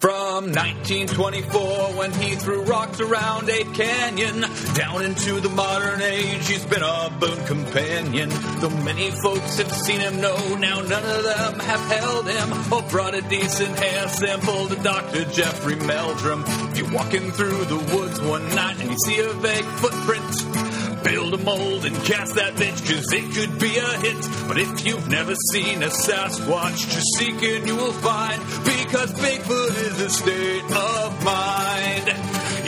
from 1924 when he threw rocks around Ape Canyon. Down into the modern age, he's been a boon companion. Though many folks have seen him, no, now none of them have held him or brought a decent hair sample to Dr. Jeffrey Meldrum. If you're walking through the woods one night and you see a vague footprint, Build a mold and cast that bitch, cause it could be a hit. But if you've never seen a Sasquatch, just seek and you will find. Because Bigfoot is a state of mind.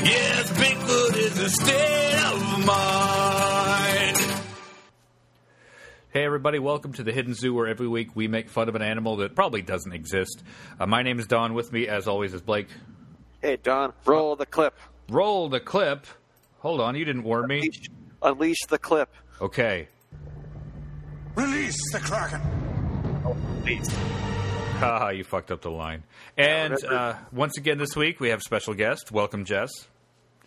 Yes, Bigfoot is a state of mind. Hey, everybody, welcome to the Hidden Zoo, where every week we make fun of an animal that probably doesn't exist. Uh, my name is Don. With me, as always, is Blake. Hey, Don, roll the clip. Roll the clip. Hold on, you didn't warn me. Unleash, unleash the clip. Okay. Release the Kraken! Please. Haha, you fucked up the line. And uh, once again this week, we have special guest. Welcome, Jess.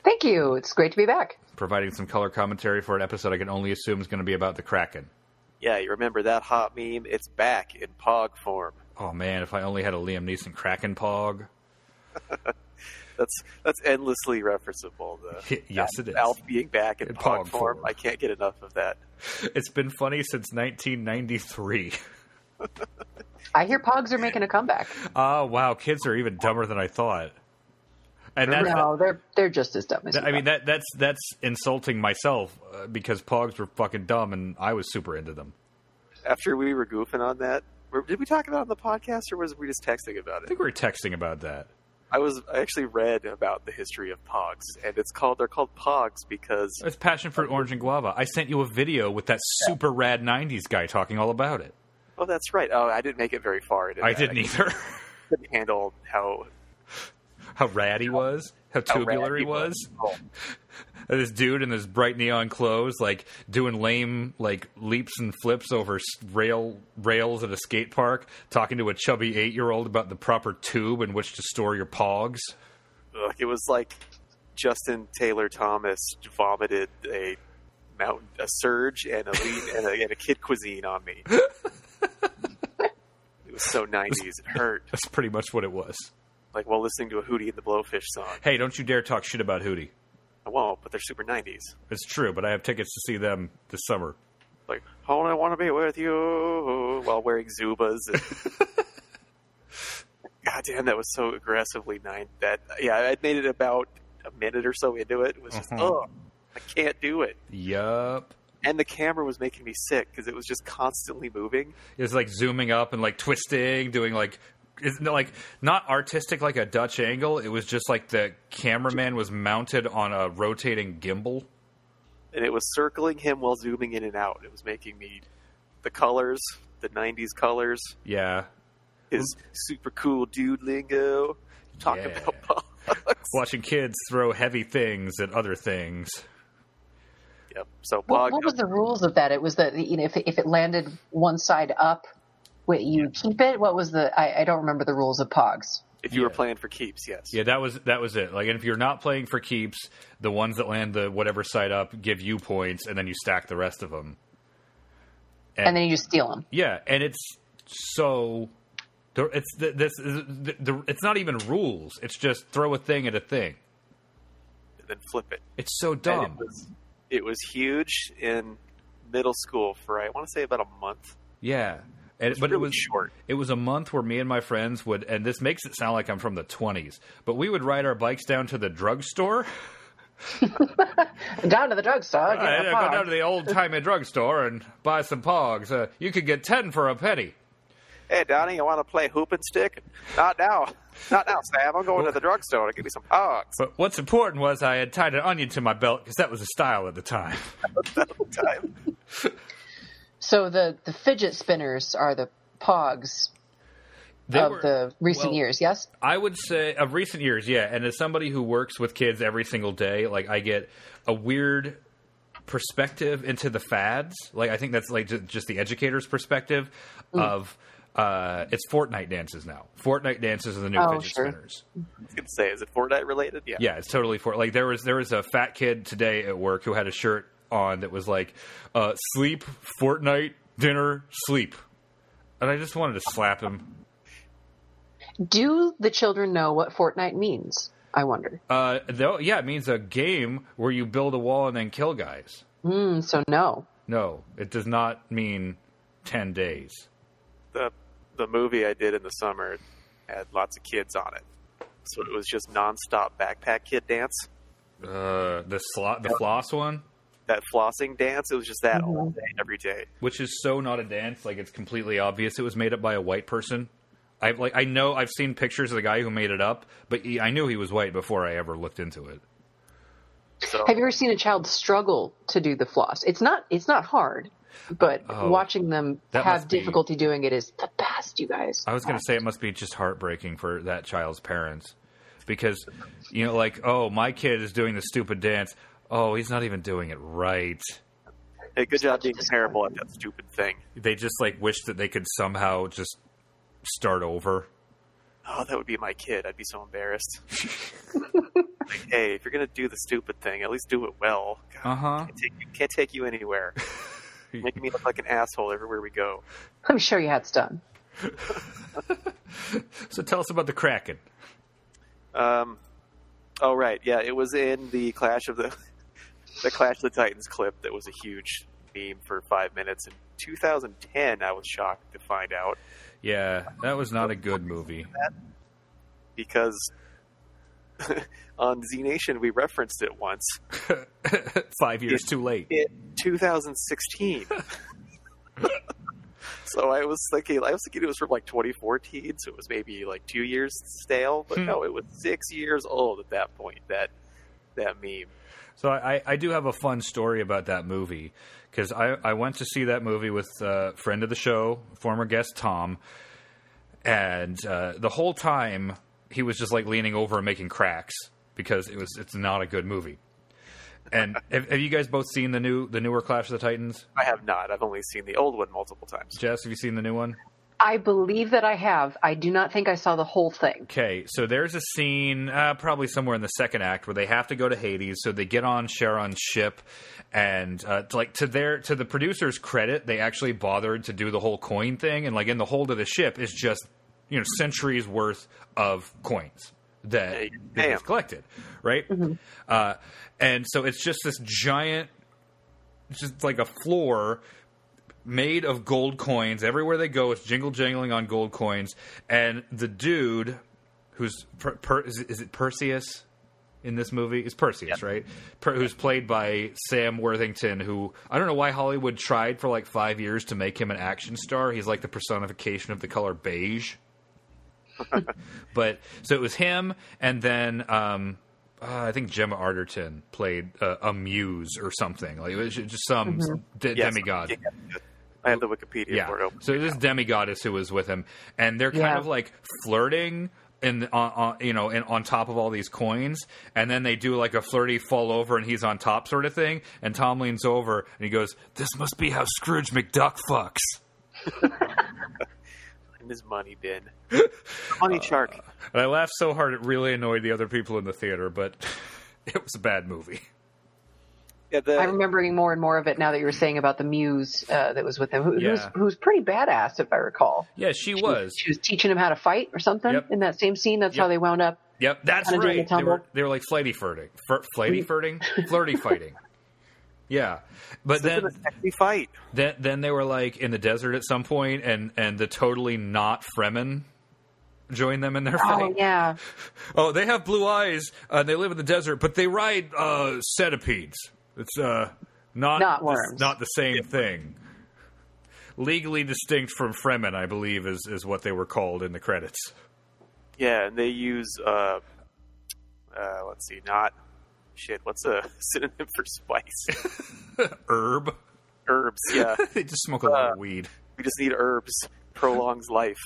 Thank you. It's great to be back. Providing some color commentary for an episode I can only assume is going to be about the Kraken. Yeah, you remember that hot meme? It's back in pog form. Oh, man, if I only had a Liam Neeson Kraken pog. That's that's endlessly referenceable. The Yes, it is. Alf being back in, In pog, pog form. form. I can't get enough of that. It's been funny since 1993. I hear Pogs are making a comeback. Oh, wow, kids are even dumber than I thought. And that's, no, they're they're just as dumb as. Th- you I mean are. that that's that's insulting myself uh, because pogs were fucking dumb and I was super into them. After we were goofing on that, were- did we talk about it on the podcast or was we just texting about I it? think we were texting about that. I was I actually read about the history of pogs, and it's called they're called pogs because It's passion fruit orange and guava. I sent you a video with that super rad '90s guy talking all about it. oh that's right oh I didn't make it very far into I that. didn't either. couldn't handle how how rad he was. How how rad tubular he was. Oh. And This dude in this bright neon clothes, like doing lame like leaps and flips over s- rail rails at a skate park, talking to a chubby eight year old about the proper tube in which to store your pogs. Ugh, it was like Justin Taylor Thomas vomited a mountain, a surge, and a lean, and, a, and a kid cuisine on me. it was so nineties. It hurt. That's pretty much what it was. Like while listening to a Hootie and the Blowfish song. Hey, don't you dare talk shit about Hootie. I won't, but they're super nineties. It's true, but I have tickets to see them this summer. Like, oh, I want to be with you while wearing Zubas. And... God damn, that was so aggressively nine. That yeah, I made it about a minute or so into it. It was just, oh, I can't do it. Yup. and the camera was making me sick because it was just constantly moving. It's like zooming up and like twisting, doing like it's not like not artistic like a Dutch angle. It was just like the cameraman was mounted on a rotating gimbal. And it was circling him while zooming in and out. It was making me the colors, the 90s colors, Yeah. his super cool dude lingo, talking Yeah. about pogs. Watching kids throw heavy things at other things. Yep. So what, pog, what was the rules of that? It was that you know if if it landed one side up, wait, you keep it. What was the? I, I don't remember the rules of Pogs. if you were yeah. playing for keeps, yes. Yeah, that was that was it. Like and if you're not playing for keeps, the ones that land the whatever side up give you points and then you stack the rest of them. And then you just steal them. Yeah, and it's so there- it's th- this is- th- the it's not even rules. It's just throw a thing at a thing. And then flip it. It's so And dumb. It, was, it was huge in middle school for, I want to say, about a month. yeah. And, but it really was short. It was a month where me and my friends would, and this makes it sound like I'm from the 20s, but we would ride our bikes down to the drugstore. Down to the drugstore. get I'd a go Pog. down to the old timey drugstore and buy some pogs. Uh, you could get 10 for a penny. Hey, Donnie, you want to play hoop and stick? Not now. Not now, Sam. I'm going to the drugstore to get me some pogs. But what's important was I had tied an onion to my belt because that was a style at the time. Time. So the the fidget spinners are the Pogs They of were- the recent well, years. Yes. I would say of recent years, yeah. And as somebody who works with kids every single day, like I get a weird perspective into the fads. Like I think that's like ju- just the educator's perspective Mm. of uh, it's Fortnite dances now. Fortnite dances are the new Oh, fidget sure. spinners. was gonna say, is it Fortnite related? Yeah. Yeah, it's totally for like there was there was a fat kid today at work who had a shirt on that was like uh, sleep Fortnite dinner sleep, and I just wanted to slap him. Do the children know what Fortnite means? I wonder. Uh, though, yeah, it means a game where you build a wall and then kill guys. Mm, so no. No, it does not mean ten days. the the movie I did in the summer had lots of kids on it, so it was just nonstop backpack kid dance. Uh, the slot, the floss one, That flossing dance, it was just that Mm-hmm. all day, every day. which is so not a dance, like it's completely obvious it was made up by a white person. I like I know I've seen pictures of the guy who made it up, but he, I knew he was white before I ever looked into it. So Have you ever seen a child struggle to do the floss? It's not it's not hard, but Oh. watching them That have must be- difficulty doing it is the best, you guys. I was going to say it must be just heartbreaking for that child's parents because, you know, like, oh, my kid is doing the stupid dance. Oh, he's not even doing it right. hey, good job being terrible at that stupid thing. They just like wish that they could somehow just start over. Oh, that would be my kid. I'd be so embarrassed. like, hey, if you're gonna do the stupid thing, at least do it well. God, Uh Uh-huh. huh. can't, take you, can't take you anywhere. Making me look like an asshole everywhere we go. I'm sure you had done. So tell us about the Kraken. Um, oh right, yeah, it was in the Clash of the the Clash of the Titans clip that was a huge meme for five minutes in 2010. I was shocked to find out Yeah, that was not a good movie. because on Z Nation we referenced it once Five years too late. in 2016. so I was thinking, I was thinking it was from like 2014, so it was maybe like two years stale, but Hmm. no, it was six years old at that point. That that meme. So I, I- I do have a fun story about that movie because I, I went to see that movie with a friend of the show, former guest Tom, and uh, the whole time he was just like leaning over and making cracks because it was it's not a good movie. And have, have you guys both seen the new the newer Clash of the Titans? I have not. I've only seen the old one multiple times. Jess, have you seen the new one? I believe that I have. I do not think I saw the whole thing. Okay, so there's a scene uh, probably somewhere in the second act where they have to go to Hades, so they get on Charon's ship, and uh, to, like to their to the producer's credit, they actually bothered to do the whole coin thing, and like in the hold of the ship is just you know centuries worth of coins that Hey, that was damn. collected, right? Uh, and so it's just this giant, just like a floor made of gold coins. Everywhere they go, it's jingle jangling on gold coins. And the dude, who's per, per, is, it- is it Perseus in this movie? It's Perseus, right? Per, who's played by Sam Worthington, who I don't know why Hollywood tried for like five years to make him an action star. He's like the personification of the color beige. but so it was him, and then um, uh, I think Gemma Arterton played uh, a muse or something. Like it was just some de- Yes. demigod. Yeah. I have the Wikipedia Yeah. for it. open. So this demigoddess who was with him, and they're kind Yeah. of like flirting. And on, on you know, and on top of all these coins, and then they do like a flirty fall over, and he's on top sort of thing. And Tom leans over and he goes, "This must be how Scrooge McDuck fucks." In his money bin. money shark. And I laughed so hard it really annoyed the other people in the theater, but it was a bad movie. Yeah, the, I'm remembering more and more of it now that you were saying about the muse uh, that was with him, who, who's, Yeah. who's pretty badass, if I recall. Yeah, she was. She was teaching him how to fight or something Yep. in that same scene. That's Yep. how they wound up. Yep, that's Kinda doing right. the They were tumble. they were like flighty flirting, Fir- flighty flirting, flirty fighting. Yeah, but this then is a sexy fight. Then then they were like in the desert at some point, and and the totally not Fremen joined them in their fight. Oh yeah, Oh, they have blue eyes. Uh, they live in the desert, but they ride uh, centipedes. It's uh, not Not the- worms. not the same thing. Legally distinct from Fremen, I believe, is is what they were called in the credits. Yeah, and they use, uh, uh, let's see, not, shit, what's a synonym for spice? Herb. herbs, yeah. they just smoke a lot of Uh. weed. We just need herbs. Prolongs life.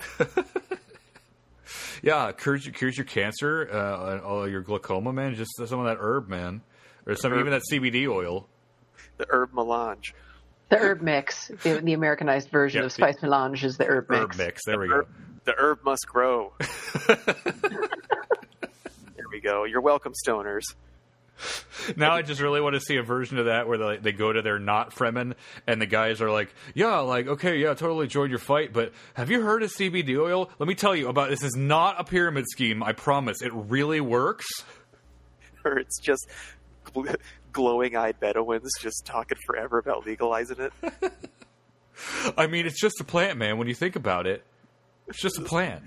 Yeah, cures your, cures your cancer, uh, and all your glaucoma, man. Just some of that herb, man, or some even that CBD oil. The herb melange. the herb mix, the, the Americanized version Yep, of the- spice melange is the herb mix. herb mix. There we go. Herb, the herb must grow. there we go. You're welcome, stoners. now I just really want to see a version of that where they, they go to their not Fremen and the guys are like, yeah, like, okay, yeah, totally joined your fight, but have you heard of CBD oil? Let me tell you about this is not a pyramid scheme. I promise. It really works. or it's just gl- glowing-eyed Bedouins just talking forever about legalizing it. I mean, it's just a plant, man. When you think about it, it's just a plant.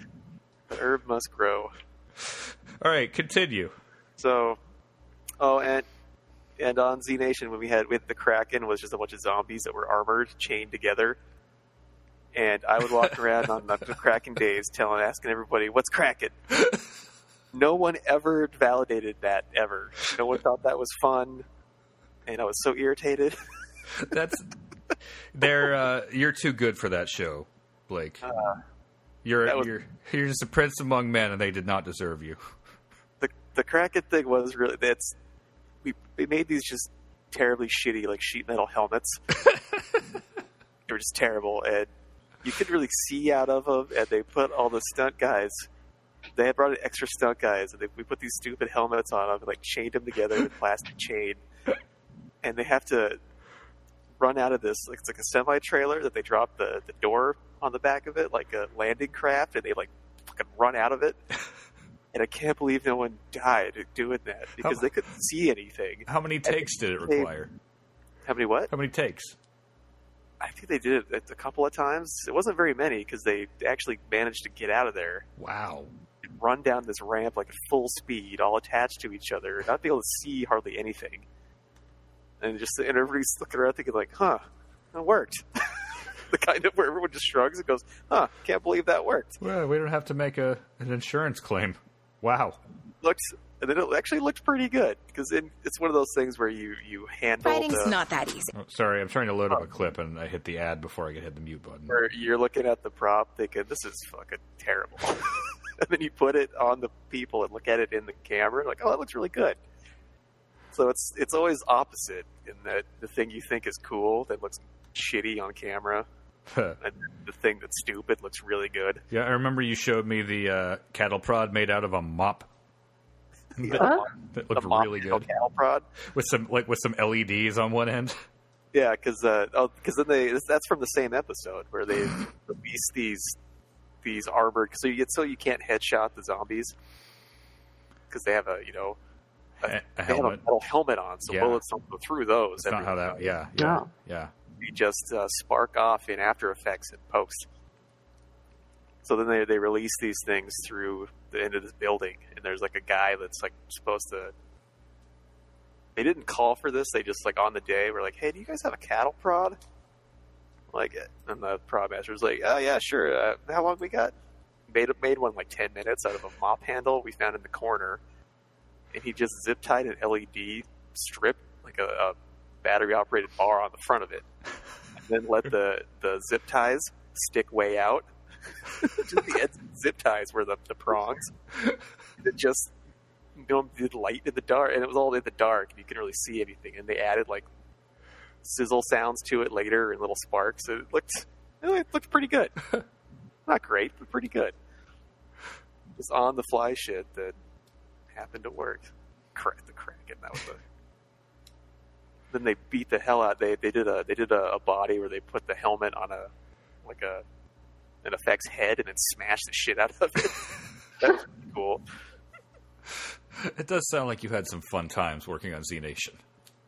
The herb must grow. All right, continue. So, oh, and and on Z Nation when we had with the Kraken was just a bunch of zombies that were armored, chained together. And I would walk around on the Kraken days, telling, asking everybody, "What's Kraken?" No one ever validated that ever. No one thought that was fun, and I was so irritated. That's they're uh, you're too good for that show, Blake. you're Uh, that was- you're you're just a prince among men, and they did not deserve you. the the Kraken thing was really that's we we made these just terribly shitty like sheet metal helmets. they were just terrible, and you could really see out of them. And they put all the stunt guys. They had brought in extra stunt guys, and they, we put these stupid helmets on them, and, like chained them together with plastic chain, and they have to run out of this. Like, it's like a semi trailer that they drop the, the door on the back of it, like a landing craft, and they like fucking run out of it. And I can't believe no one died doing that because they couldn't see anything. How many takes did it they- require? How many what? How many takes? I think they did it a couple of times. It wasn't very many because they actually managed to get out of there Wow. and run down this ramp like at full speed, all attached to each other, not be able to see hardly anything. And just and everybody's looking around thinking like, huh, that worked. the kind of where everyone just shrugs and goes, huh, can't believe that worked. Well, we don't have to make a an insurance claim. Wow. Looked and then it actually looked pretty good because it's one of those things where you you handle Fighting's the- not that easy. Oh, sorry, I'm trying to load up a clip, and I hit the ad before I could hit the mute button. where you're looking at the prop thinking this is fucking terrible and then you put it on the people and look at it in the camera and like oh that looks really good so it's it's always opposite in that the thing you think is cool that looks shitty on camera and the thing that's stupid looks really good yeah, I remember you showed me the uh, cattle prod made out of a mop. That, Huh? that The looked mop really tail good cattle prod with some like with some LEDs on one end. yeah because uh, oh, 'cause then they that's from the same episode where they release these these armored so you get so you can't headshot the zombies because they have a you know A, a they have a helmet. metal helmet on, so Yeah. bullets don't go through those. That's not how that. Yeah, yeah, No. yeah. You just uh, spark off in After Effects and post. So then they, they release these things through the end of this building, and there's like a guy that's like supposed to. They didn't call for this. They just like on the day were like, "Hey, do you guys have a cattle prod?" Like, and the prod master was like, "Oh yeah, sure. Uh, how long we got?" Made made one in, like ten minutes out of a mop handle we found in the corner, and he just zip tied an LED strip like a, a battery operated bar on the front of it, and then let the the zip ties stick way out. just the ends of the zip ties were the, the prongs. It just you know, did light in the dark, and it was all in the dark, and you couldn't really see anything. And they added like sizzle sounds to it later and little sparks. It looked it looked pretty good. Not great, but pretty good. Just on the fly shit that happened to work. Crack the Kraken. That was a. Then they beat the hell out. They they did a they did a, a body where they put the helmet on a like a an effects head and then smashed the shit out of it. that was pretty cool. It does sound like you had some fun times working on Z Nation.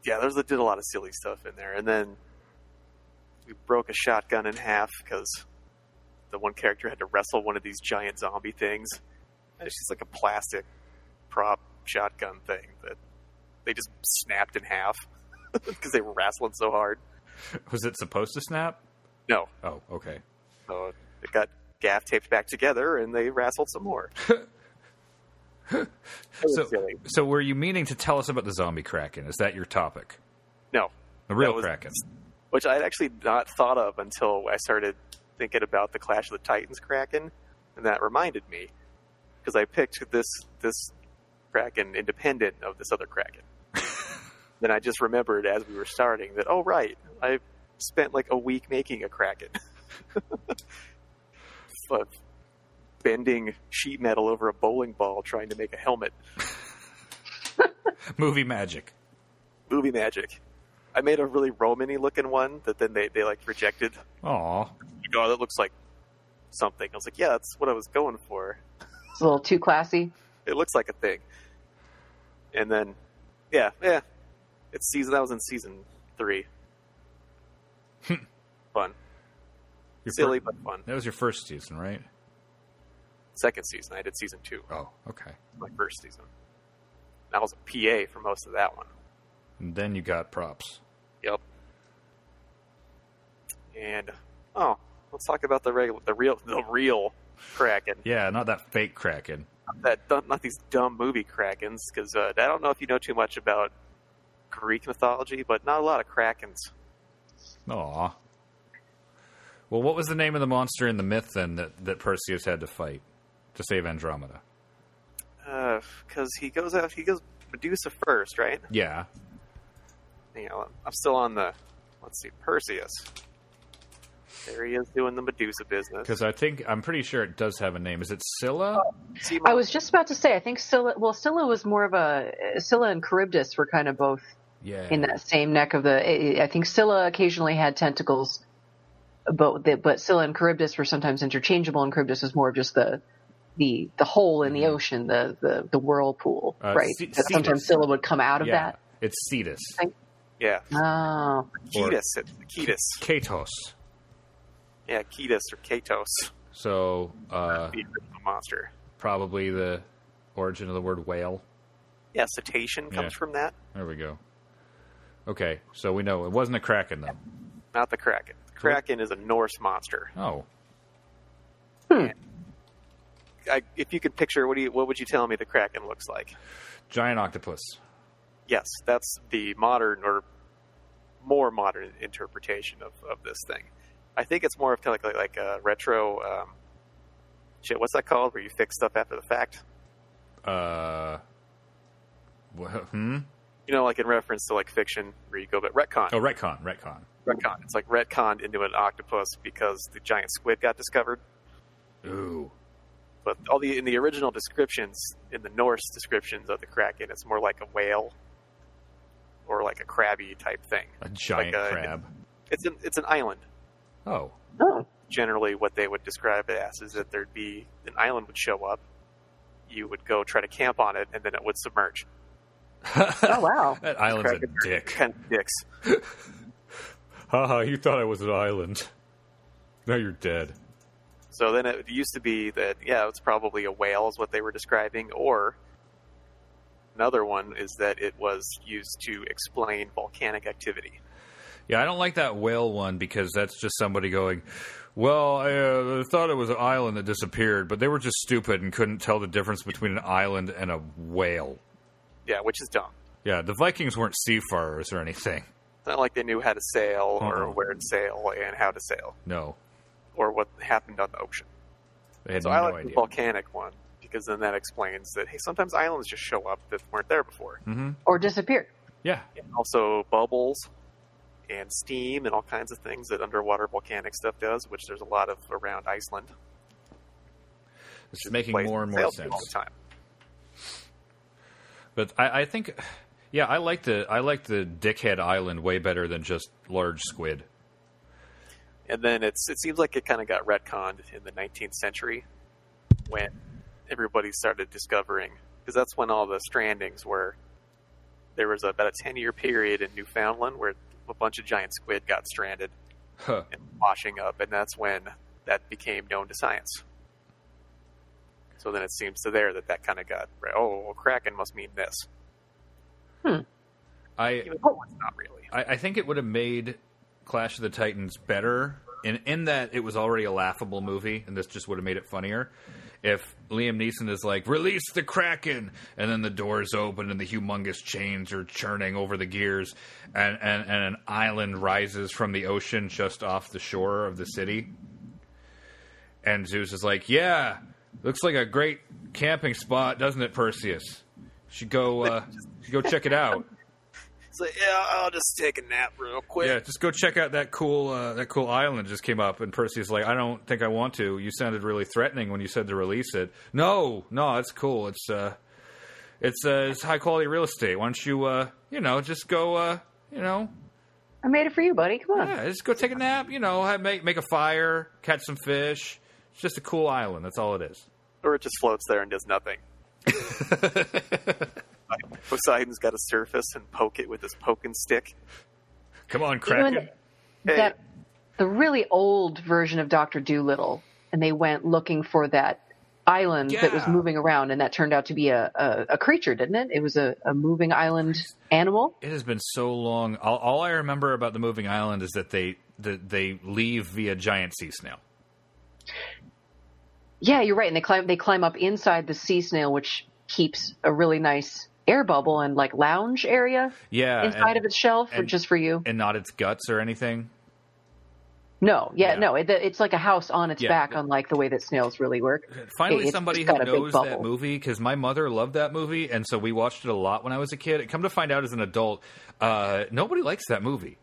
yeah, there's they did a lot of silly stuff in there, and then we broke a shotgun in half because the one character had to wrestle one of these giant zombie things. And it's just like a plastic prop shotgun thing that they just snapped in half because they were wrestling so hard. Was it supposed to snap? No, Oh, okay. so it got gaff taped back together, and they wrestled some more. It was So, silly. so were you meaning to tell us about the zombie kraken? Is that your topic? No, The real That was- kraken. which I had actually not thought of until I started thinking about the Clash of the Titans Kraken, and that reminded me because I picked this this Kraken independent of this other Kraken. then I just remembered as we were starting that oh right, I spent like a week making a Kraken, but bending sheet metal over a bowling ball trying to make a helmet. Movie magic. movie magic. I made a really Romany looking one that then they, they like rejected. Aw. Like, oh, that looks like something. I was like, yeah, that's what I was going for. It's a little too classy. It looks like a thing. And then, yeah, yeah, it's season. That was in season three. fun, Your silly fir- but fun. that was your first season, right? Second season, I did season two. Oh, okay. my first season. And I was a PA for most of that one. And then you got props. Yep. And oh, let's talk about the regular, the real, the real Kraken. Yeah, not that fake Kraken. Not that dumb, not these dumb movie Krakens, because uh, I don't know if you know too much about Greek mythology, but not a lot of Krakens. Aw. Well, what was the name of the monster in the myth then that, that Perseus had to fight to save Andromeda? Because Uh, he goes out, he goes Medusa first, right? Yeah. You know, I'm still on the. Let's see, Perseus. There he is doing the Medusa business. Because I think, I'm pretty sure it does have a name. Is it Scylla? Oh, See, my- I was just about to say, I think Scylla, well, Scylla was more of a, Scylla and Charybdis were kind of both Yeah. in that same neck of the, I I think Scylla occasionally had tentacles, but, the, but Scylla and Charybdis were sometimes interchangeable and Charybdis was more of just the, the, the hole in the ocean, the, the, the whirlpool, Mm-hmm. Uh, right? Ce- That sometimes Cetus. Scylla would come out of yeah. It's Cetus. yeah, that. Oh, Or- Ketus. it- Ketus. Katos. Yeah, Ketus or Katos, So, uh, the original monster. probably the origin of the word whale. Yeah, cetacean comes Yeah. from that, There we go. Okay, so we know it wasn't a Kraken, though. not the kraken. The kraken is a Norse monster. Oh, I, if you could picture, what do you, what would you tell me the kraken looks like? giant octopus. Yes, that's the modern or more modern interpretation of, of this thing. I think it's more of kind of like, like a retro. Um, shit, what's that called? Where you fix stuff after the fact? Uh, wha- hmm? You know, like in reference to like fiction, where you go but retcon. Oh, retcon, retcon. Retcon. It's like retconned into an octopus because the giant squid got discovered. Ooh. but all the in the original descriptions in the Norse descriptions of the kraken, it's more like a whale or like a crabby type thing. A giant Like a- crab. It's an it's an island. Oh, oh, Generally, what they would describe it as is that there'd be an island would show up, you would go try to camp on it, and then it would submerge. oh wow. that island's Kraken a are dick. Kind of dicks. Haha, you thought I was an island. Now you're dead. So then it used to be that yeah, it's probably a whale is what they were describing, or another one is that it was used to explain volcanic activity. Yeah, I don't like that whale one because that's just somebody going, well, I uh, thought it was an island that disappeared, but they were just stupid and couldn't tell the difference between an island and a whale. Yeah, which is dumb. Yeah, the Vikings weren't seafarers or anything. It's not like they knew how to sail or Uh-uh. where to sail and how to sail No, or what happened on the ocean. they had So no I like the idea. volcanic one because then that explains that hey, sometimes islands just show up that weren't there before. hmm Or disappear. Yeah, And also bubbles and steam and all kinds of things that underwater volcanic stuff does, which there's a lot of around Iceland. it's making Places more and that more sail through all sense. the time. But I, I think, yeah, I like the I like the dickhead island way better than just large squid. And then it's it seems like it kind of got retconned in the 19th century when everybody started discovering because that's when all the strandings were. There was about a 10 year period in Newfoundland where a bunch of giant squid got stranded Huh. and washing up, and that's when that became known to science. So then it seems to there that that kind of got right. Oh, well, kraken must mean this. I Even though it's not really. I, I think it would have made Clash of the Titans better, and in that it was already a laughable movie, and this just would have made it funnier. If Liam Neeson is like, "Release the Kraken," and then the doors open and the humongous chains are churning over the gears, and, and, and an island rises from the ocean just off the shore of the city, and Zeus is like, "Yeah, looks like a great camping spot, doesn't it, Perseus? Should go uh, should go check it out." It's like, yeah, I'll just take a nap real quick. Yeah, just go check out that cool uh, that cool island that just came up. And Percy's like, I don't think I want to. You sounded really threatening when you said to release it. No, no, it's cool. It's uh, It's uh, it's high quality real estate. Why don't you uh, you know just go uh, you know I made it for you, buddy. Come on. yeah just go take a nap. You know have, make make a fire, catch some fish. It's just a cool island. That's all it is. Or it just floats there and does nothing. Poseidon's got a surface and poke it with his poking stick. Come on, You know, Kraken. and Hey. that the really old version of Doctor Doolittle, and they went looking for that island that was Yeah. moving around, and that turned out to be a, a, a creature, didn't it? It was a, a moving island animal. It has been so long. All, all I remember about the moving island is that they that they leave via giant sea snail. Yeah, you're right. And they climb they climb up inside the sea snail, which keeps a really nice air bubble and like lounge area Yeah, inside and, of its shell for and- just for you. and not its guts or anything. No, yeah, Yeah. no. It, it's like a house on its Yeah. back, unlike the way that snails really work. Finally, It- it's somebody just who got a big knows that bubble. movie because my mother loved that movie, and so we watched it a lot when I was a kid. Come to find out, as an adult, uh, nobody likes that movie.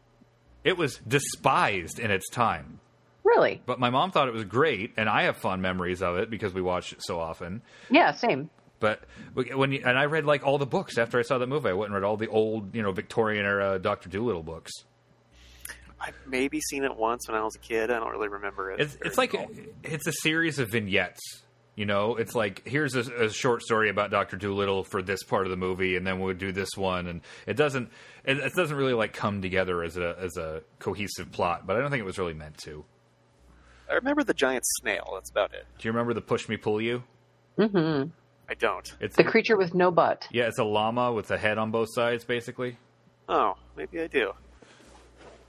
It was despised in its time, Really? but my mom thought it was great, and I have fond memories of it because we watched it so often. Yeah, same. But when you, and I read like all the books after I saw that movie, I went and read all the old, you know, Victorian era Doctor Doolittle books. I've maybe seen it once when I was a kid. I don't really remember it. It's very it's like well. it's a series of vignettes. You know, it's like here's a, a short story about Doctor Doolittle for this part of the movie, and then we'll do this one, and it doesn't it, it doesn't really like come together as a as a cohesive plot. But I don't think it was really meant to. I remember the giant snail. That's about it. Do you remember the push me pull you? I don't. It's The creature with no butt. yeah, it's a llama with a head on both sides, basically. Oh, maybe I do.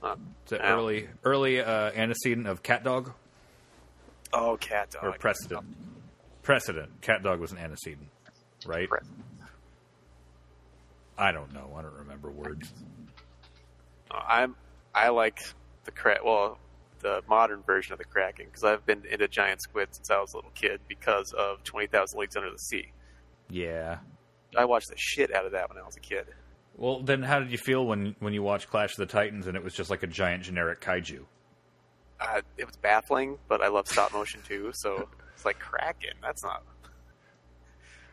Uh, Huh. It's an Ow. early early uh, antecedent of cat dog Oh, cat or dog. precedent. Precedent. Cat dog was an antecedent, right? Pre- I don't know. I don't remember words. Oh, I'm. I like the cra- Well, the modern version of the Kraken because I've been into giant squid since I was a little kid because of Twenty Thousand Leagues Under the Sea. Yeah. I watched the shit out of that when I was a kid. Well, then, how did you feel when when you watched Clash of the Titans and it was just like a giant generic kaiju? Uh, it was baffling, but I love stop motion too. So it's like Kraken. That's not.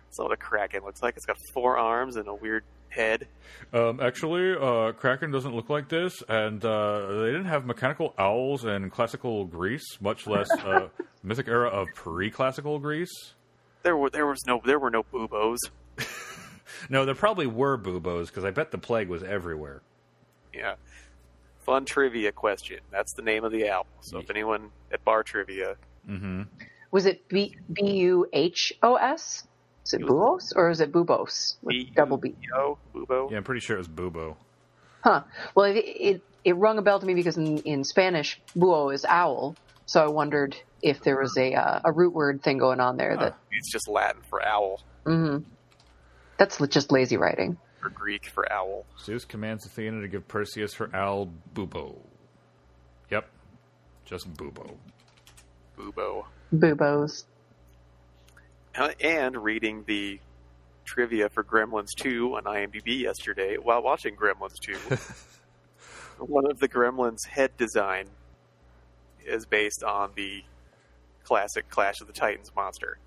That's not what a Kraken looks like. It's got four arms and a weird head. Um, actually, uh, Kraken doesn't look like this, and uh, they didn't have mechanical owls in classical Greece, much less uh, mythic era of pre-classical Greece. There were there was no there were no boobos. No, there probably were buboes because I bet the plague was everywhere. Yeah. Fun trivia question. That's the name of the album. So if anyone at bar trivia, Was it B B U H O S? Is it Buos or is it Bubos? With double B. B-U-B-O, Bubo. Yeah, I'm pretty sure it was bubo. Huh. Well, it, it it rung a bell to me because in, in Spanish, buo is owl. So I wondered if there was a uh, a root word thing going on there. That It's just Latin for owl that's li- just lazy writing. or Greek for owl. Zeus commands Athena to give Perseus her owl bubo. Yep, just bubo. Bubo. Bubos. Uh, And reading the trivia for Gremlins 2 on IMDb yesterday while watching Gremlins 2, one of the Gremlins' head design is based on the classic Clash of the Titans monster.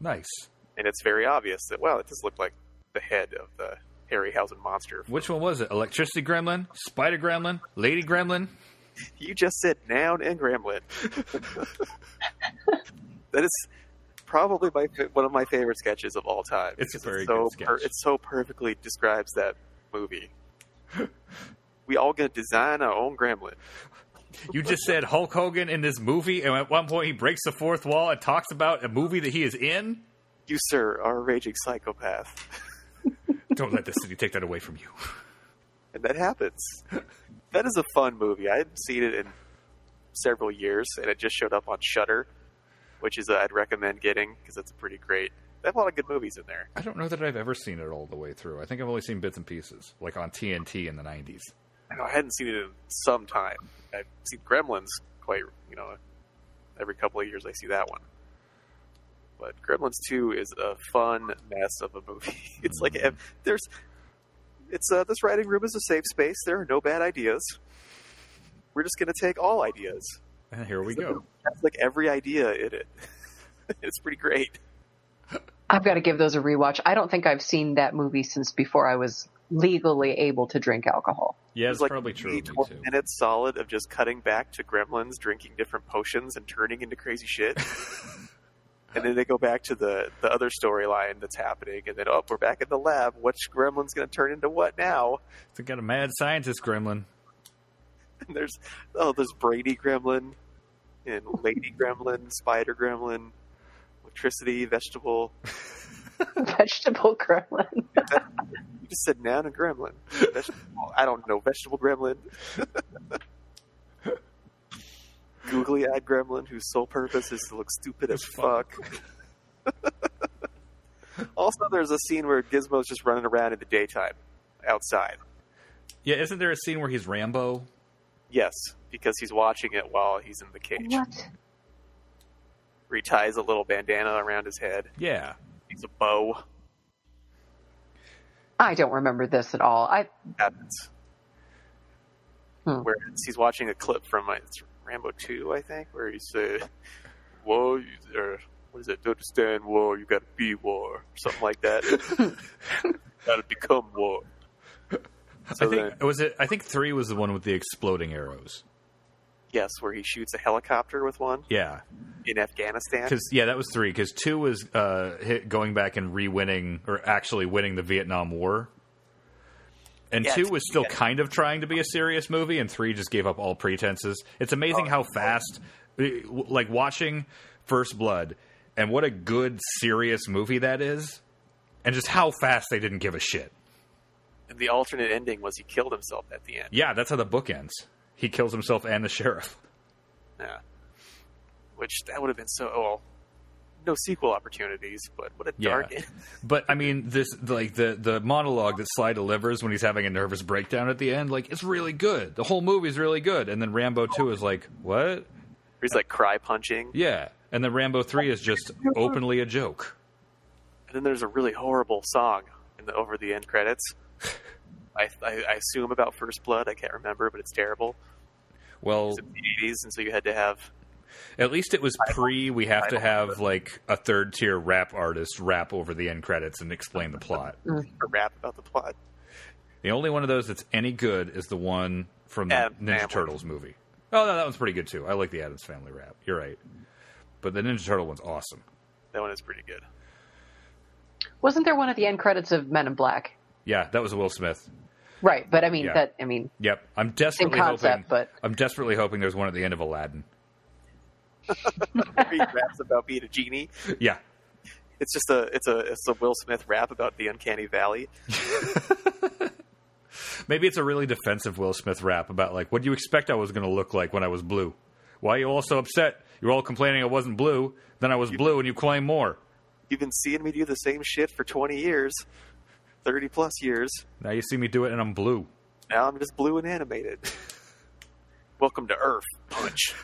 Nice. And it's very obvious that, well, it does look like the head of the Harryhausen monster Which one was it? Electricity gremlin, spider gremlin, lady gremlin. You just said noun and gremlin. that is probably my fa- one of my favorite sketches of all time. It's a because very so good sketch. it so perfectly describes that movie. we all gonna design our own gremlin. You just said Hulk Hogan in this movie, and at one point he breaks the fourth wall and talks about a movie that he is in. You, sir, are a raging psychopath, Don't let the city take that away from you. and that happens. that is a fun movie. I hadn't seen it in several years, and it just showed up on Shutter, which is uh, I'd recommend getting because it's a pretty great. They have a lot of good movies in there. I don't know that I've ever seen it all the way through. I think I've only seen bits and pieces, like on TNT in the '90s. I know I hadn't seen it in some time. I've seen Gremlins quite, you know, every couple of years I see that one. But Gremlins Two is a fun mess of a movie. It's like ev- there's, it's uh, this writing room is a safe space. There are no bad ideas. We're just gonna take all ideas. And Eh, here we go. That's like every idea in it. it's pretty great. I've got to give those a rewatch. I don't think I've seen that movie since before I was legally able to drink alcohol. Yeah, it's like probably true. of me, 20 too. minutes solid of just cutting back to gremlins, drinking different potions, and turning into crazy shit. and then they go back to the, the other storyline that's happening, and then, oh, we're back in the lab. Which gremlin's going to turn into what now? They got a mad scientist gremlin. And there's, oh, there's Brady gremlin, and Lady gremlin, Spider gremlin, electricity, vegetable. Vegetable gremlin. You just said noun and gremlin. Vegetable, I don't know, vegetable gremlin. Googly eyed gremlin whose sole purpose is to look stupid as fuck. also, there's a scene where Gizmo's just running around in the daytime outside. Yeah, isn't there a scene where he's Rambo? Yes, because he's watching it while he's in the cage. What? Where he ties a little bandana around his head. Yeah. He's a bow. I don't remember this at all. I Happens. Hmm. Where it's- he's watching a clip from uh, it's Rambo 2, I think, where he's uh, Whoa, you, or what is it? Don't understand war, you gotta be war, or something like that. gotta become war. So I think then, was it I think 3 was the one with the exploding arrows. yes, where he shoots a helicopter with one Yeah. in Afghanistan. Cuz yeah, that was 3 cuz 2 was uh hit going back and re-winning or actually winning the Vietnam War. And Yeah, 2 it's- was still yeah. kind of trying to be a serious movie and 3 just gave up all pretenses. It's Oh. amazing how fast eh, like watching First Blood and what a good serious movie that is and just how fast they didn't give a shit. And the alternate ending was he killed himself at the end. Yeah, that's how the book ends. He kills himself and the sheriff. Yeah. Which that would have been so well, no sequel opportunities, but what a Yeah. dark end. But I mean, this like the the monologue that Sly delivers when he's having a nervous breakdown at the end, like it's really good. The whole movie's really good. And then Rambo two is like, what? He's like cry punching. Yeah. And then Rambo three is just openly a joke. And then there's a really horrible song in the over the end credits. I, I, I assume about First Blood. I can't remember, but it's terrible. Well, It's in the 80s, and so you had to have. at least it was pre. We have to have like a third tier rap artist rap over the end credits and explain the plot. A rap about the plot. The only one of those that's any good is the one from the Addams Ninja Family. Turtles movie. Oh no, that one's pretty good too. I like the Adams Family rap. You're right, but the Ninja Turtle one's awesome. That one is pretty good. wasn't there one at the end credits of Men in Black. Yeah, that was Will Smith. Right, but I mean Yeah. that I mean Yep, I'm desperately hoping. concept, but- I'm desperately hoping there's one at the end of Aladdin. He raps about being a genie. Yeah, It's just a it's a it's a Will Smith rap about the uncanny valley. maybe it's a really defensive Will Smith rap about like, what do you expect I was going to look like when I was blue? Why are you all so upset? You're all complaining I wasn't blue. Then I was blue, and you claim more. You've been seeing me do the same shit for 20 years, 30 plus years. Now you see me do it, and I'm blue. Now I'm just blue and animated. Welcome to Earth. Punch.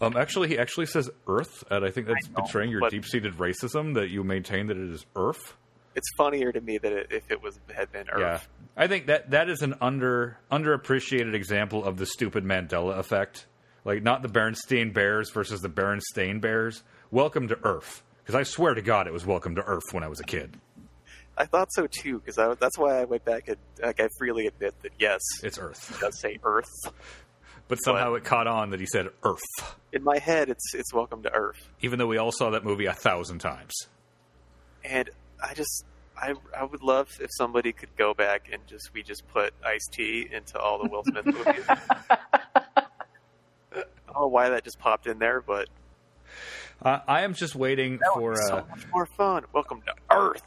Um, actually, he actually says Earth, and I think that's I know, betraying your but- deep-seated racism that you maintain that it is Earth. It's funnier to me that it, if it was had been Earth. Yeah, I think that that is an under underappreciated example of the stupid Mandela effect. Like, not the Bernstein Bears versus the Berenstain Bears. Welcome to Earth, because I swear to God, it was Welcome to Earth when I was a kid. I thought so too, because that's why I went back and like I freely admit that yes, it It's Earth, does say Earth. but somehow it caught on that he said Earth, In my head, it's it's Welcome to Earth, even though we all saw that movie a thousand times. and I just I I would love if somebody could go back and just we just put Ice T into all the Will Smith movies. I don't know why that just popped in there, but Uh, I am just waiting that for. was Uh, so much more fun. Welcome to Earth.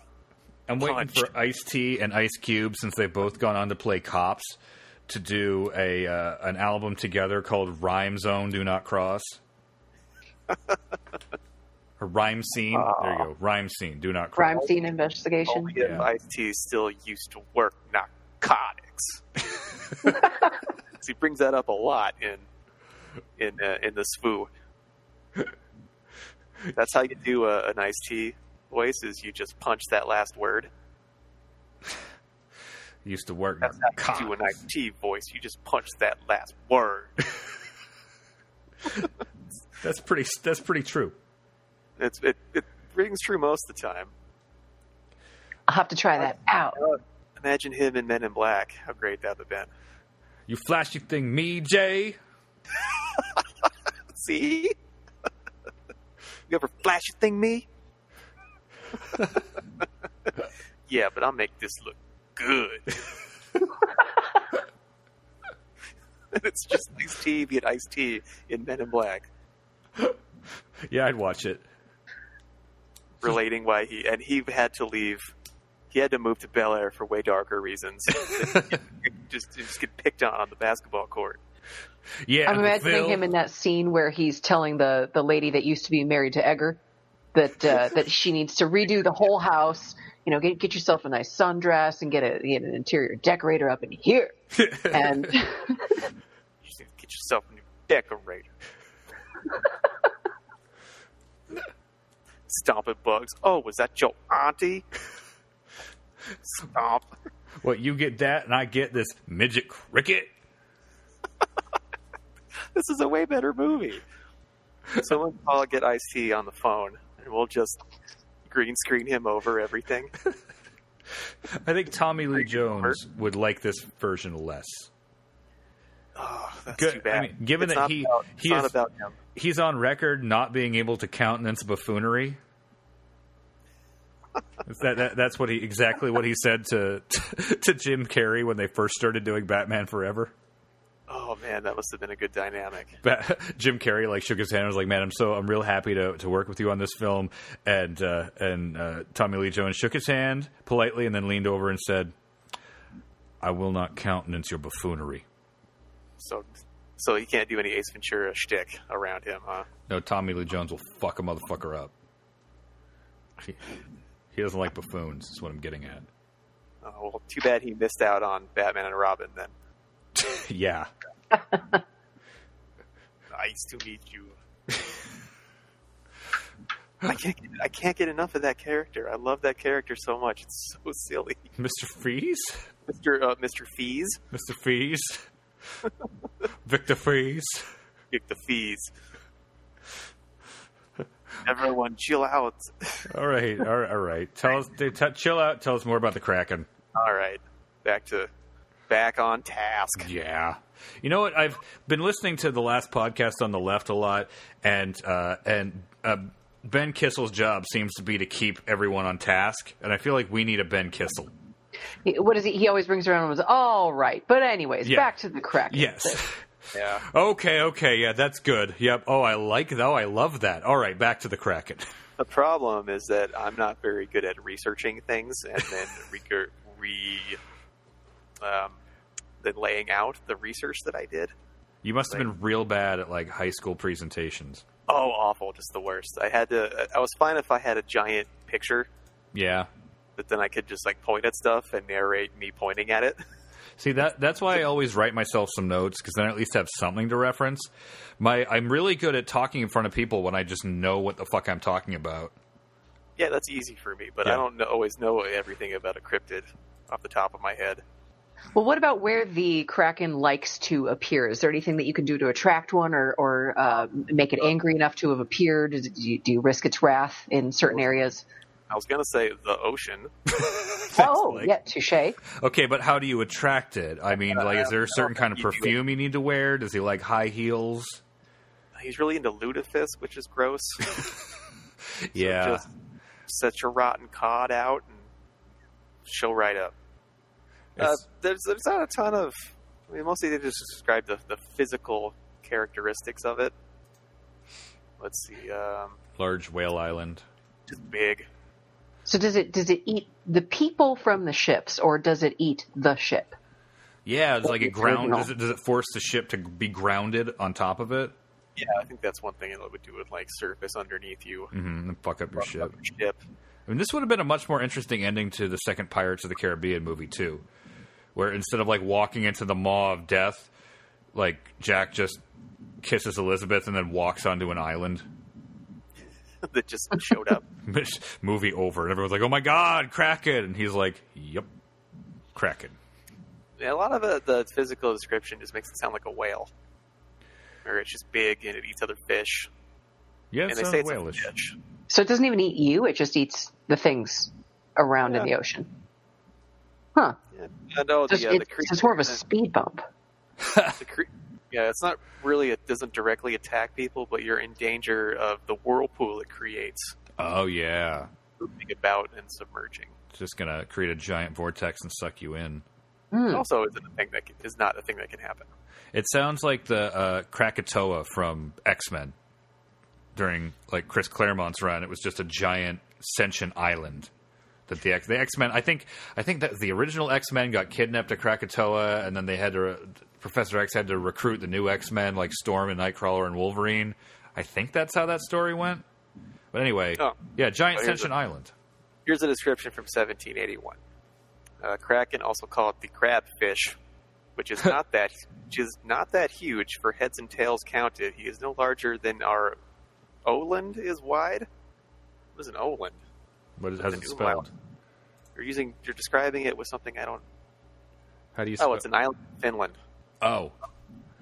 I'm waiting Punch. for Ice T and Ice Cube since they've both gone on to play cops to do a uh, an album together called Rhyme Zone Do Not Cross. or Rhyme Scene. Ah. There you go. Rhyme Scene Do Not Cross. crime scene investigation. Only if Yeah. Ice T still used to work narcotics. 'Cause he brings that up a lot in in uh, in the spoo. That's how you do a, an Ice T voice: is you just punch that last word. Used to work That's how cops. you do an Ice T voice: you just punch that last word. That's pretty that's pretty true. It's it, it rings true most of the time. I'll have to try that out. Imagine him in Men in Black. How great that would have been. You flashy thing, me, Jay. See? you ever flash a thing me? yeah, but I'll make this look good. and it's just Ice T being Ice T in Men in Black, Yeah, I'd watch it. relating why he and he had to leave. He had to move to Bel Air for way darker reasons. just just get picked on on the basketball court. Yeah, I'm Uncle imagining Phil. him in that scene where he's telling the the lady that used to be married to Edgar that uh, that she needs to redo the whole house. You know, get get yourself a nice sundress and get, a, get an interior decorator up in here. And Just get yourself a new decorator. Stomp at bugs. Oh, was that your auntie? Stomp. What you get that, and I get this midget cricket. This is a way better movie. Someone call get Ice T on the phone, and we'll just green screen him over everything. I think Tommy Lee Jones would like this version less. Oh, that's Good. too bad. I mean, given It's that not he- about, he it's not is- about him. He's on record not being able to countenance buffoonery. It's that, that, that's what he exactly what he said to to Jim Carrey when they first started doing Batman Forever. Oh man, that must have been a good dynamic. Ba- Jim Carrey like shook his hand and was like, "Man, I'm so I'm real happy to, to work with you on this film." And uh, and uh, Tommy Lee Jones shook his hand politely and then leaned over and said, "I will not countenance your buffoonery." So, so he can't do any Ace Ventura shtick around him, huh? No, Tommy Lee Jones will fuck a motherfucker up. He, he doesn't like buffoons. Is what I'm getting at. Oh, well, too bad he missed out on Batman and Robin then. Yeah, Nice to meet you. I can't. Get, I can't get enough of that character. I love that character so much. It's so silly, Mr. Freeze, Mister uh, Mister Fees. Mr. Freeze, Victor Freeze. Kick the fees. Everyone, chill out. All right, all right, all right. Tell us, t- chill out. Tell us more about the Kraken. All right, back to back on task. Yeah. You know what? I've been listening to the last podcast on the left a lot, and uh, and uh, Ben Kissel's job seems to be to keep everyone on task, and I feel like we need a Ben Kissel. what is he? He always brings around and was all right. But anyways, Yeah. back to the crack. Yes. Yeah. Okay. Okay. Yeah, that's good. Yep. Oh, I like that. Oh, I love that. All right, back to the Kraken. The problem is that I'm not very good at researching things and then re, re um, then laying out the research that I did. You must have been real bad at like high school presentations. Oh, awful! Just the worst. I had to. I was fine if I had a giant picture Yeah. that then I could just like point at stuff and narrate me pointing at it. See that that's why I always write myself some notes because then I at least have something to reference. My I'm really good at talking in front of people when I just know what the fuck I'm talking about. Yeah, that's easy for me, but Yeah. I don't know, always know everything about a cryptid off the top of my head. Well, what about where the kraken likes to appear? Is there anything that you can do to attract one, or or uh, make it angry enough to have appeared? Do you, do you risk its wrath in certain areas? I was gonna say the ocean. Oh, like- yeah, touche. Okay, but how do you attract it? I mean, like, is there a certain kind of perfume you need to wear? Does he like high heels? He's really into lutefisk, which is gross. Yeah, Just set your rotten cod out and show right up. Uh, It's- there's there's not a ton of. I mean, mostly they just describe the, the physical characteristics of it. Let's see. Um, large whale island. just big. So does it does it eat the people from the ships, or does it eat the ship? Yeah, it's like it it's ground. original. Does it, does it force the ship to be grounded on top of it? Yeah, I think that's one thing it would do with like surface underneath you. Mm-hmm, and fuck up your ship. Ship. I mean, this would have been a much more interesting ending to the second Pirates of the Caribbean movie too, where instead of like walking into the maw of death, like Jack just kisses Elizabeth and then walks onto an island. that just showed up. movie over, and everyone's like, "Oh my god, Kraken!" And he's like, "Yep, Kraken." Yeah, a lot of the, the physical description just makes it sound like a whale, or it's just big and it eats other fish. Yeah, and it's they say a it's whalish. a fish. So it doesn't even eat you; it just eats the things around in the ocean. Huh? Yeah. Uh, no, So it's, the, uh, the it's, creature. it's more of a uh, speed bump. the cre- yeah, it's not really. It doesn't directly attack people, but you're in danger of the whirlpool it creates, Oh yeah, moving about and submerging. it's just gonna create a giant vortex and suck you in. Hmm. Also, isn't a thing that can, is not a thing that can happen. It sounds like the uh, Krakatoa from X Men during like Chris Claremont's run. It was just a giant sentient island that the X the X Men. I think I think that the original X Men got kidnapped at Krakatoa, and then they had to re- Professor X had to recruit the new X Men like Storm and Nightcrawler and Wolverine. I think that's how that story went. But anyway, Oh. yeah, giant Oh, here's sentient a- island. Here's a description from 1781. Uh, Kraken, also called the crabfish, which is not that which is not that huge for heads and tails counted. He is no larger than our Oland is wide. What is an Oland? What is, how's it It's an spelled? island. You're using you're describing it with something I don't. How do you spell? Oh, it's an island, in Finland. oh.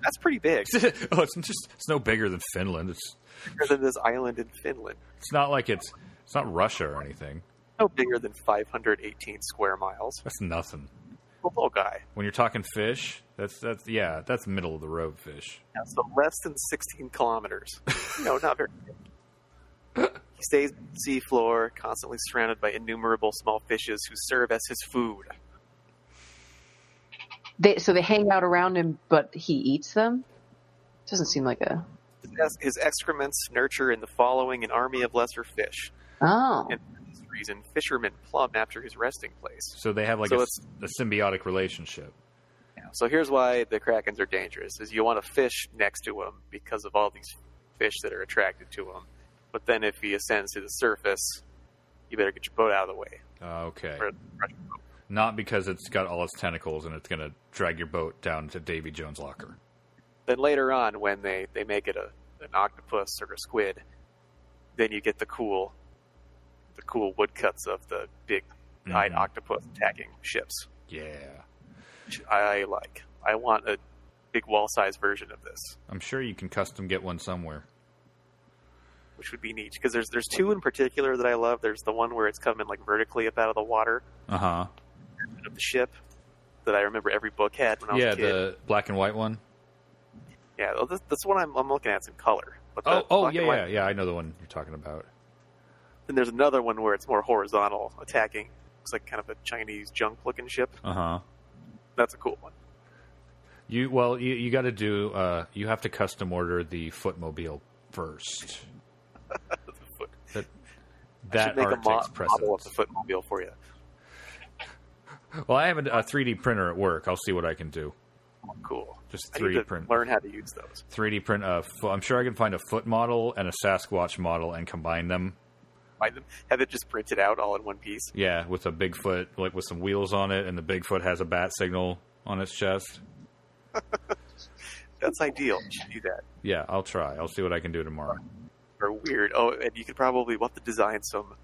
That's pretty big. oh, it's just it's no bigger than Finland. It's bigger than this island in Finland. It's not like it's it's not Russia or anything. No bigger than 518 square miles. That's nothing. A little guy. When you're talking fish, that's that's yeah, that's middle of the road fish. Yeah, so less than 16 kilometers. You know, not very big. He stays on the seafloor, constantly surrounded by innumerable small fishes who serve as his food. They, so they hang out around him, but he eats them. Doesn't seem like a His ex- His excrements nurture in the following an army of lesser fish. oh. And for this reason, fishermen plumb after his resting place. So they have like So a, s- a symbiotic relationship. So here's why the krakens are dangerous: is you want to fish next to him because of all these fish that are attracted to him. But then if he ascends to the surface, you better get your boat out of the way. Uh, okay, Or- not because it's got all its tentacles and it's gonna drag your boat down to Davy Jones' locker. Then later on, when they they make it a an octopus or a squid, then you get the cool, the cool woodcuts of the big eyed Mhm. octopus attacking ships. Yeah, Which I like. I want a big wall sized version of this. I'm sure you can custom get one somewhere. which would be neat because there's there's two in particular that I love. There's the one where it's coming like vertically up out of the water Uh huh. out of the ship that I remember every book had when I was Yeah, a kid. the black and white one. Yeah, well, this, this one I'm, I'm looking at is in color. But the Oh, oh black yeah, and white- yeah, yeah. I know the one you're talking about. Then there's another one where it's more horizontal, attacking. Looks like kind of a Chinese junk looking ship. Uh huh. That's a cool one. You well, you, you got to do. Uh, you have to custom order the footmobile first. foot- That I that should make a art mo- takes model precedence. of the footmobile for you. Well, I have a, a 3D printer at work. I'll see what I can do. Cool. Just I need 3D to print. learn how to use those. 3D print. A fo- I'm sure I can find a foot model and a Sasquatch model and combine them. Find them. Have it just printed out all in one piece. Yeah, with a Bigfoot, like with some wheels on it, and the Bigfoot has a bat signal on its chest. That's ideal. You should do that. Yeah, I'll try. I'll see what I can do tomorrow. are weird. Oh, and you could probably we'll have to design some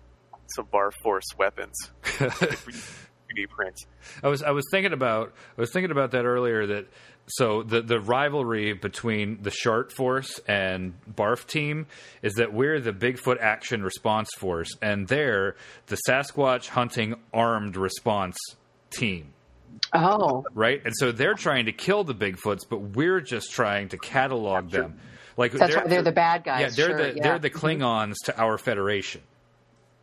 some bar force weapons. 3D print. I was I was thinking about I was thinking about that earlier that so the the rivalry between the Shart Force and Barf team is that we're the Bigfoot action response force and they're the Sasquatch hunting armed response team, Oh, right? And so they're trying to kill the Bigfoots, but we're just trying to catalog them. Like that's why they're the bad guys. Yeah, they're sure, the yeah. they're the Klingons to our Federation.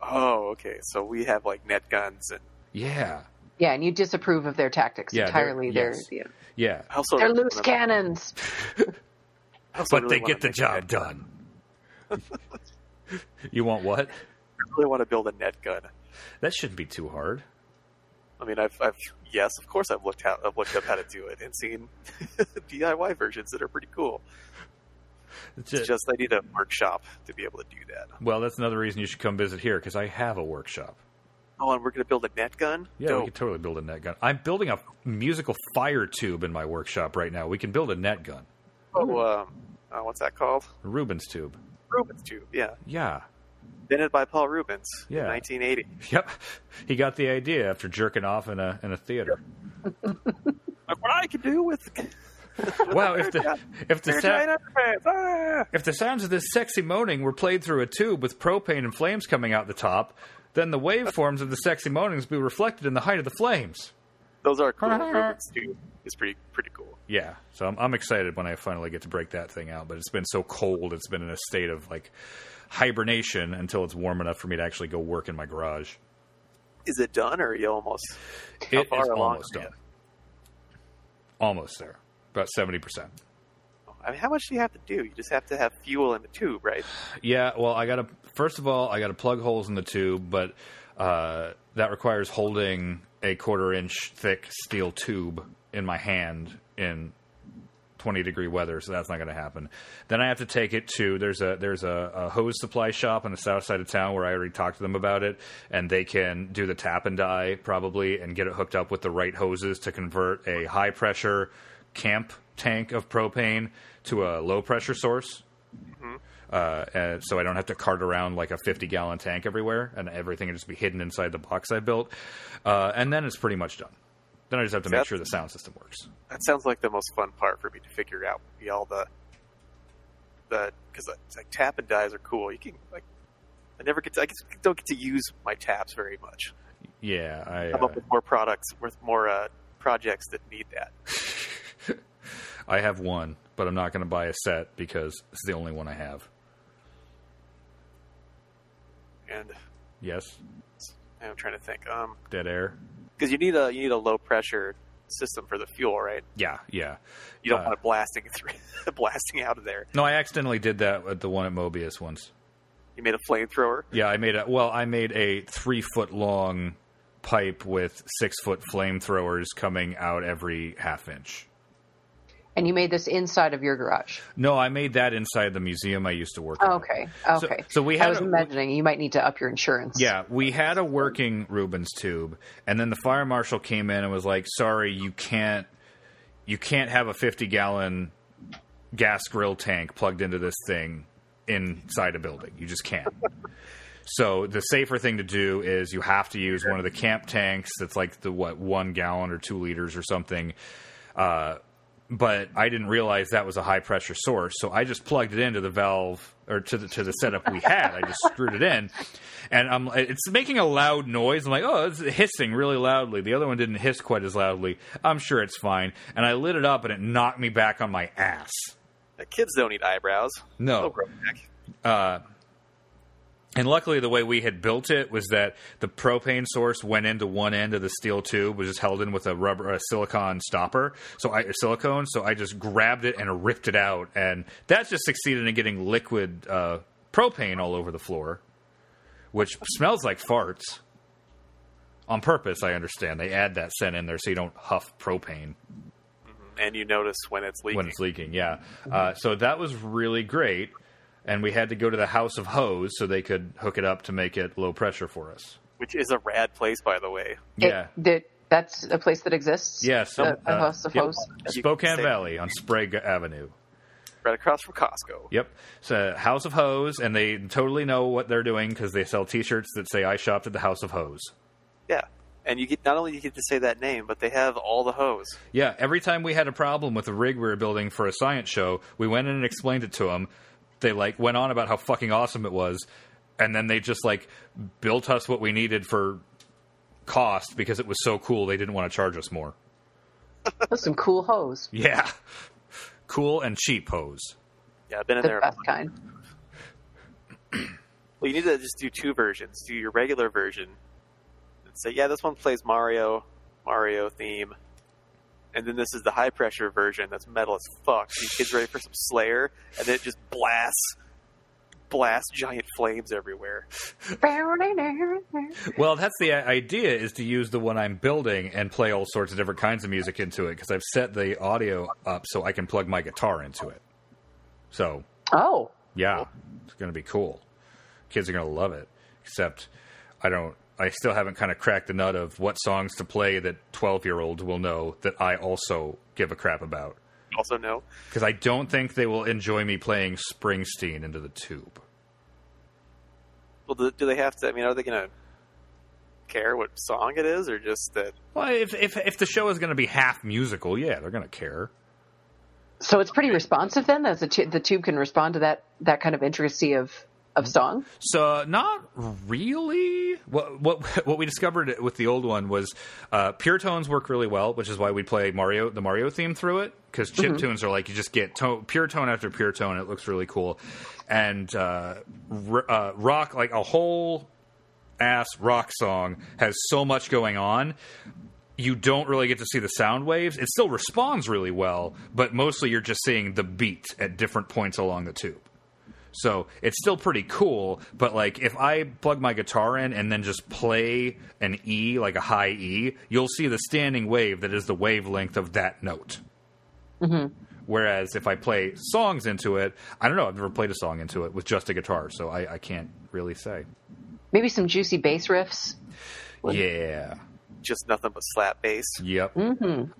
Oh, okay. So we have like net guns and Yeah. Yeah, and you disapprove of their tactics Yeah, they're- entirely. They're yes. yeah. Yeah. I also they're really loose wanna- cannons. I also But really they wanna get the make a job net- done. you want what? I really want to build a net gun. That shouldn't be too hard. I mean, I've, I've yes, of course, I've looked how I've looked up how to do it and seen DIY versions that are pretty cool. It's It's just just I need a workshop to be able to do that. well, that's another reason you should come visit here because I have a workshop. Oh, and we're gonna build a net gun. Yeah, we Dope. could totally build a net gun. I'm building a musical fire tube in my workshop right now. We can build a net gun, oh, um, uh, what's that called? a Rubens tube. Rubens tube. Yeah, Yeah, invented by Paul Rubens Yeah. in 1980. yep. He got the idea after jerking off in a in a theater. Look what I can do with Wow, if the if the Vagina sound, underpants, ah! if the sounds of this sexy moaning were played through a tube with propane and flames coming out the top, then the waveforms of the sexy moanings would be reflected in the height of the flames. Those are cool improvements too. It's pretty pretty cool. Yeah, so I'm, I'm excited when I finally get to break that thing out. But it's been so cold; it's been in a state of like hibernation until it's warm enough for me to actually go work in my garage. Is it done or are you almost? It is far along almost are you? done. Almost there. About 70%. I mean, how much do you have to do? You just have to have fuel in the tube, right? Yeah, well, I got to first of all, I got to plug holes in the tube, but uh, that requires holding a quarter inch thick steel tube in my hand in 20 degree weather, so that's not going to happen. Then I have to take it to there's a there's a, a hose supply shop on the south side of town where I already talked to them about it, and they can do the tap and die probably and get it hooked up with the right hoses to convert a high pressure camp tank of propane to a low pressure source. Uh, and so I don't have to cart around like a 50 gallon tank everywhere, and everything will just be hidden inside the box I built. Uh, and then it's pretty much done. Then I just have to make That's- sure the sound system works. That sounds like the most fun part for me to figure out. Would be all the the because like tap and dies are cool. You can like I never get to, I guess I don't get to use my taps very much. Yeah, I, Come uh, up with more products, with more uh, projects that need that. I have one, but I'm not going to buy a set because it's the only one I have. And Yes, I'm trying to think. Um, dead air. because you need a you need a low pressure system for the fuel, right? Yeah, yeah. You don't Uh, want it blasting through, blasting out of there. No, I accidentally did that at the one at Mobius once. You made a flamethrower. Yeah, I made a well, I made a three foot long pipe with six foot flamethrowers coming out every half inch. And you made this inside of your garage. No, I made that inside the museum I used to work. at. Oh, Okay. Okay. So, so we I had was a, imagining you might need to up your insurance. yeah, we had a working Rubens tube, and then the fire marshal came in and was like, "Sorry, you can't, you can't have a fifty gallon gas grill tank plugged into this thing inside a building. You just can't." So the safer thing to do is you have to use one of the camp tanks that's like the what one gallon or two liters or something. Uh, but I didn't realize that was a high pressure source, so I just plugged it into the valve or to the to the setup we had. I just screwed it in, and I'm it's making a loud noise. I'm like, oh, it's hissing really loudly. The other one didn't hiss quite as loudly. I'm sure it's fine. And I lit it up, and it knocked me back on my ass. The kids don't need eyebrows. No, They'll grow back. And luckily, the way we had built it was that the propane source went into one end of the steel tube, was just held in with a rubber, a silicon stopper, so I silicone. So I just grabbed it and ripped it out, and that just succeeded in getting liquid uh, propane all over the floor, which smells like farts. On purpose, I understand. They add that scent in there so you don't huff propane And you notice when it's leaking. when it's leaking. Yeah. Uh, so that was really great, and we had to go to the house of hose so they could hook it up to make it low pressure for us. which is a rad place, by the way. It- Yeah. that- that's a place that exists. Yeah, so, The, the uh, host of yep. hosts. Spokane Say- Valley on Sprague Avenue. Right across from Costco. Yep. So House of Hose, and they totally know what they're doing because they sell T-shirts that say "I shopped at the House of Hose." Yeah. And you get not only you get to say that name, but they have all the hose. Yeah. Every time we had a problem with a rig we were building for a science show, we went in and explained it to them. They like went on about how fucking awesome it was, and then they just like built us what we needed for cost because it was so cool. They didn't want to charge us more. That's some cool hose. Yeah. Cool and cheap hose. Yeah, I've been in The there. best kind. Well, you need to just do two versions. Do your regular version, and say, yeah, this one plays Mario, Mario theme, and then this is the high pressure version that's metal as fuck. You kids ready for some Slayer, and then it just blasts, blasts giant flames everywhere. Well, that's the i- idea is to use the one I'm building and play all sorts of different kinds of music into it because I've set the audio up so I can plug my guitar into it. So, Oh, yeah, it's going to be cool. Kids are going to love it. Except I don't I still haven't kind of cracked the nut of what songs to play that 12-year-olds will know that I also give a crap about Also, no, because I don't think they will enjoy me playing Springsteen into the tube. well, do, do they have to? I mean, are they gonna care what song it is, or just that? Well, if if if the show is going to be half musical, yeah, they're going to care. So it's pretty responsive then. That's a tu- the tube can respond to that that kind of intricacy of of song. So not really. What what what we discovered with the old one was uh, pure tones work really well, which is why we play Mario the Mario theme through it because chip tunes are like you just get tone, pure tone after pure tone. It looks really cool, and uh, r- uh, rock like a whole ass rock song has so much going on. You don't really get to see the sound waves. It still responds really well, but mostly you're just seeing the beat at different points along the tube. So it's still pretty cool, but like if I plug my guitar in and then just play an E, like a high E, you'll see the standing wave that is the wavelength of that note. Whereas if I play songs into it, I don't know, I've never played a song into it with just a guitar, so I, I can't really say. Maybe some juicy bass riffs. Yeah. Just nothing but slap bass. Yep.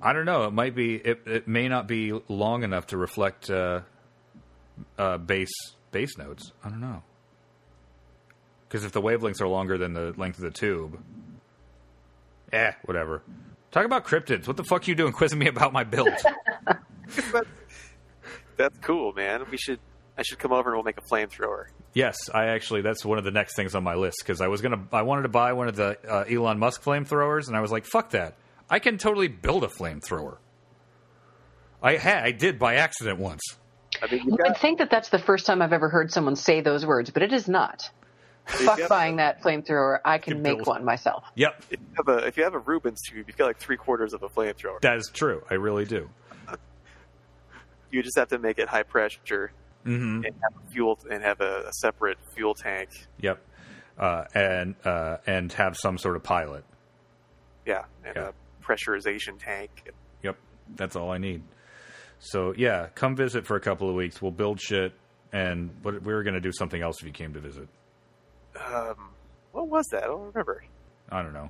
I don't know. It might be. It, it may not be long enough to reflect uh, uh, bass bass notes. I don't know. Because if the wavelengths are longer than the length of the tube, eh, whatever. Talk about cryptids. What the fuck you doing quizzing me about my build? But that's cool, man. We should. I should come over and we'll make a flamethrower. yes, I actually that's one of the next things on my list because I was gonna I wanted to buy one of the uh, Elon Musk flamethrowers and I was like, fuck that. I can totally build a flamethrower. I had I did by accident once. I mean, You you've would got, think that that's the first time I've ever heard someone say those words, but it is not. Fuck got- buying that flamethrower. I can Can make build. one myself. Yep, if you have a if you have a Rubens tube, you've got like three quarters of a flamethrower. That is true. I really do. you just have to make it high pressure Mm-hmm. and have a fuel and have a, a separate fuel tank. Yep. Uh, and uh, and have some sort of pilot. Yeah, and Yeah. a pressurization tank. Yep. That's all I need. So yeah, come visit for a couple of weeks. We'll build shit, and what, we were gonna do something else if you came to visit. Um, what was that? I don't remember. I don't know.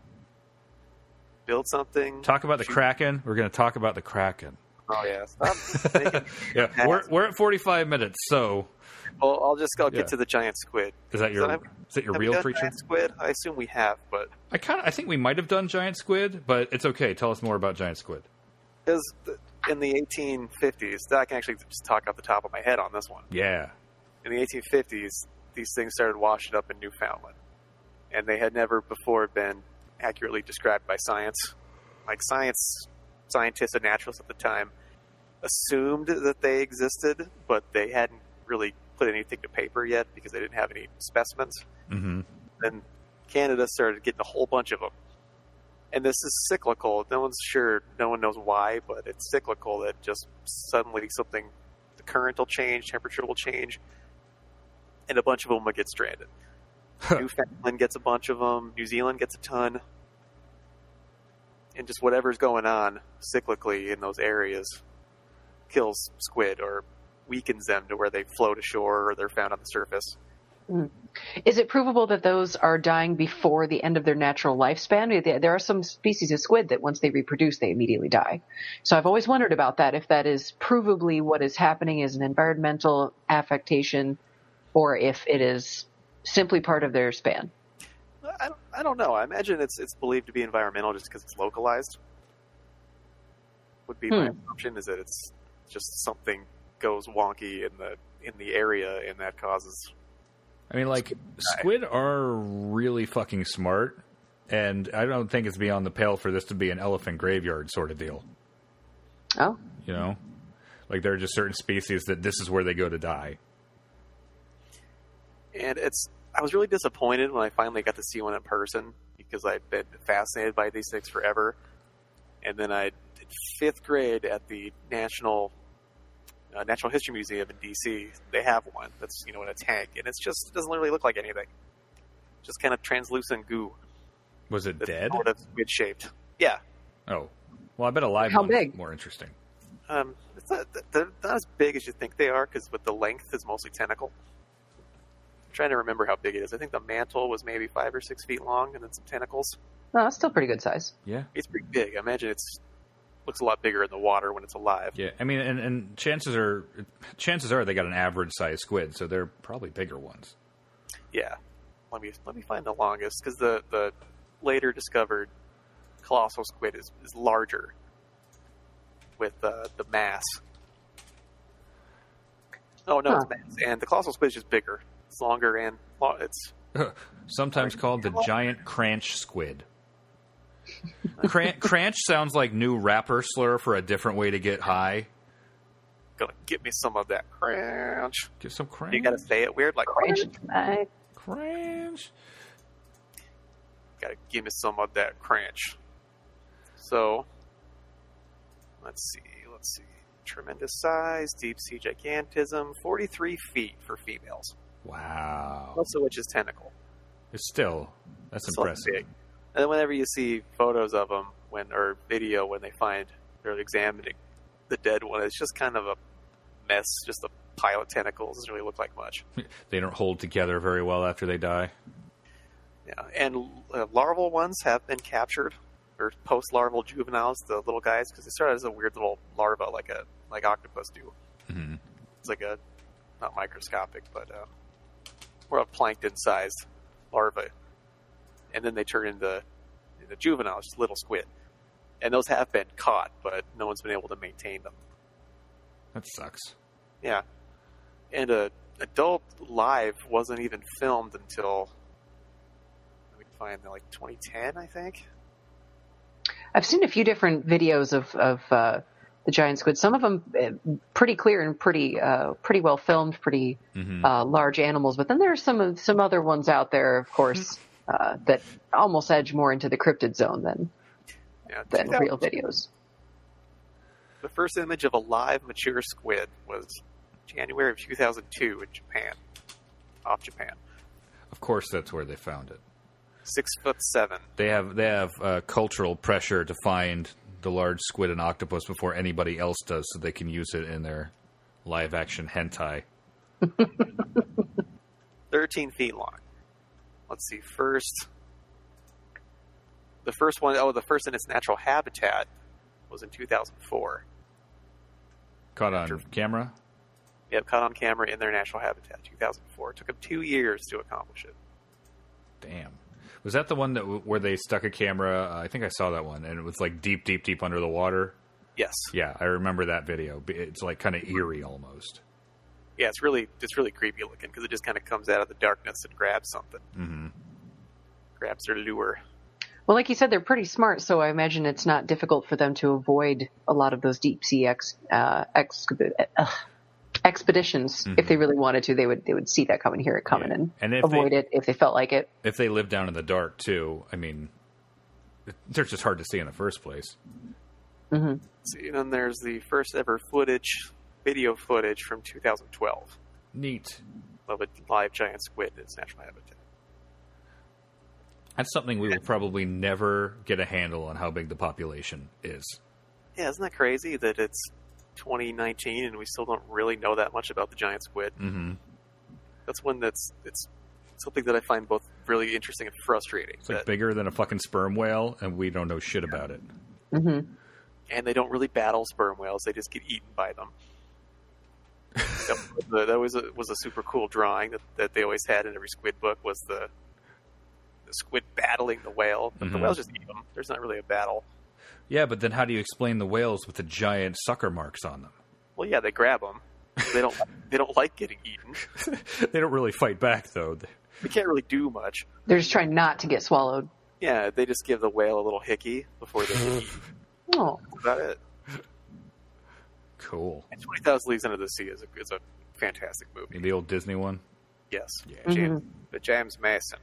Build something. Talk about the Kraken. We're gonna talk about the Kraken. Oh yeah. Stop thinking. Yeah, we're we're at forty five minutes. So Well, I'll just I'll get Yeah. to the giant squid. is that your So have- is that your have we real done creature? Giant squid? I assume we have, but I kind of I think we might have done giant squid, but it's okay. Tell us more about giant squid. because in the 1850s, I can actually just talk off the top of my head on this one. Yeah. in the 1850s, these things started washing up in Newfoundland, and they had never before been accurately described by science. Like science, scientists and naturalists at the time assumed that they existed, but they hadn't really put anything to paper yet because they didn't have any specimens. hmm Then Canada started getting a whole bunch of them. And this is cyclical. No one's sure. No one knows why, but it's cyclical that just suddenly something, the current will change, temperature will change, and a bunch of them will get stranded. Newfoundland gets a bunch of them. New Zealand gets a ton. And just whatever's going on cyclically in those areas kills squid or weakens them to where they float ashore or they're found on the surface. Is it provable that those are dying before the end of their natural lifespan? There- There are some species of squid that once they reproduce, they immediately die. So I've always wondered about that. If that is provably what is happening is an environmental affectation, or if it is simply part of their span. I don't, I don't know. I imagine it's it's believed to be environmental just because it's localized. Would be my assumption is that it's just something goes wonky in the in the area and that causes. I mean, like squid are really fucking smart, and I don't think it's beyond the pale for this to be an elephant graveyard sort of deal. Oh, You know, like there are just certain species that this is where they go to die. And it's I was really disappointed when I finally got to see one in person because I'd been fascinated by these things forever. And then I did fifth grade at the National uh, Natural History Museum in D.C. They have one that's you know in a tank and it's just it doesn't really look like anything. Just kind of translucent goo. Was it that's dead? sort of squid shaped. Yeah, Oh, well, I bet a live How one's big? more interesting. um, it's not, they're not as big as you think they are because with the length is mostly tentacle. I'm trying to remember how big it is. I think the mantle was maybe five or six feet long, and then some tentacles. no, that's still pretty good size. Yeah, It's pretty big. I imagine it's looks a lot bigger in the water when it's alive. yeah. I mean, and, and chances are, chances are they got an average size squid, so they're probably bigger ones. Yeah. Let me let me find the longest because the the later discovered colossal squid is, is larger with uh, the mass. Oh no, it's Huh. mass. And the colossal squid is just bigger. It's longer and lo- it's Sometimes called the giant cranch squid. Cran- cranch sounds like new rapper slur for a different way to get high. gonna get me some of that crunch. Get some cranch. You gotta say it weird, like Cringe. crunch. I- cranch. Gotta give me some of that crunch. So let's see, let's see. Tremendous size, deep sea gigantism, forty-three feet for females. Wow. Also, which is tentacle. It's still that's It's impressive. big. And then whenever you see photos of them when or video when they find they're examining the dead one, it's just kind of a mess, just a pile of tentacles. Doesn't really look like much. They don't hold together very well after they die. Yeah, and uh, larval ones have been captured or post-larval juveniles, the little guys, because they start out as a weird little larva, like a like octopus do. Mhm. It's like a not microscopic, but uh, more of plankton-sized larva, and then they turn into into juveniles, just little squid. And those have been caught, but no one's been able to maintain them. That sucks. Yeah. And uh, Adult Live wasn't even filmed until let me find like 2010, I think. I've seen a few different videos of of uh, the giant squid. Some of them uh, pretty clear and pretty uh, pretty well filmed, pretty Mm-hmm. uh, large animals. But then there are some of some other ones out there, of course, Mm-hmm. uh, that almost edge more into the cryptid zone than Yeah, than 2000 real videos. The first image of a live mature squid was January of 2002 in Japan, off Japan. Of course, that's where they found it. Six foot seven. They have they have uh, cultural pressure to find the large squid and octopus before anybody else does, so they can use it in their live action hentai. 13 feet long. Let's see. First, the first one, oh, the first in its natural habitat was in 2004. Caught on camera. They have caught on camera in their natural habitat, 2004. It took them two years to accomplish it. Damn. Was that the one that where they stuck a camera? Uh, I think I saw that one, and it was like deep, deep, deep under the water. Yes. Yeah, I remember that video. B- It's like kind of eerie almost. Yeah, it's really it's really creepy looking because it just kind of comes out of the darkness and grabs something, hmm grabs their lure. Well, like you said, they're pretty smart, so I imagine it's not difficult for them to avoid a lot of those deep sea ex, uh, ex, uh, expeditions. If they really wanted to, they would they would see that coming, hear it coming, Mm-hmm. Yeah. And and, if avoid they- it if they felt like it. If they live down in the dark too, I mean, it- they're just hard to see in the first place. See, and then there's the first ever footage, video footage from 2012 Neat. of a live giant squid in its natural habitat. That's something we will probably never get a handle on how big the population is. Yeah, isn't that crazy that it's 2019 and we still don't really know that much about the giant squid? Mm-hmm. That's one that's it's something that I find both really interesting and frustrating. It's like that- bigger than a fucking sperm whale, and we don't know shit about it. hmm and they don't really battle sperm whales; they just get eaten by them. that was, the, that was a, was a super cool drawing that, that they always had in every squid book was the the squid battling the whale, but the Mhm. whales just eat them. There's not really a battle. Yeah, but then how do you explain the whales with the giant sucker marks on them? Well, yeah, they grab them. They don't they don't like getting eaten. they don't really fight back though. They can't really do much. They're just trying not to get swallowed. Yeah, they just give the whale a little hickey before they get eaten. Oh, That's about it. Cool. And Twenty Thousand Leagues Under the Sea is a, is a fantastic movie. The old Disney one. Yes. Yeah. Mm-hmm. James, the James Mason.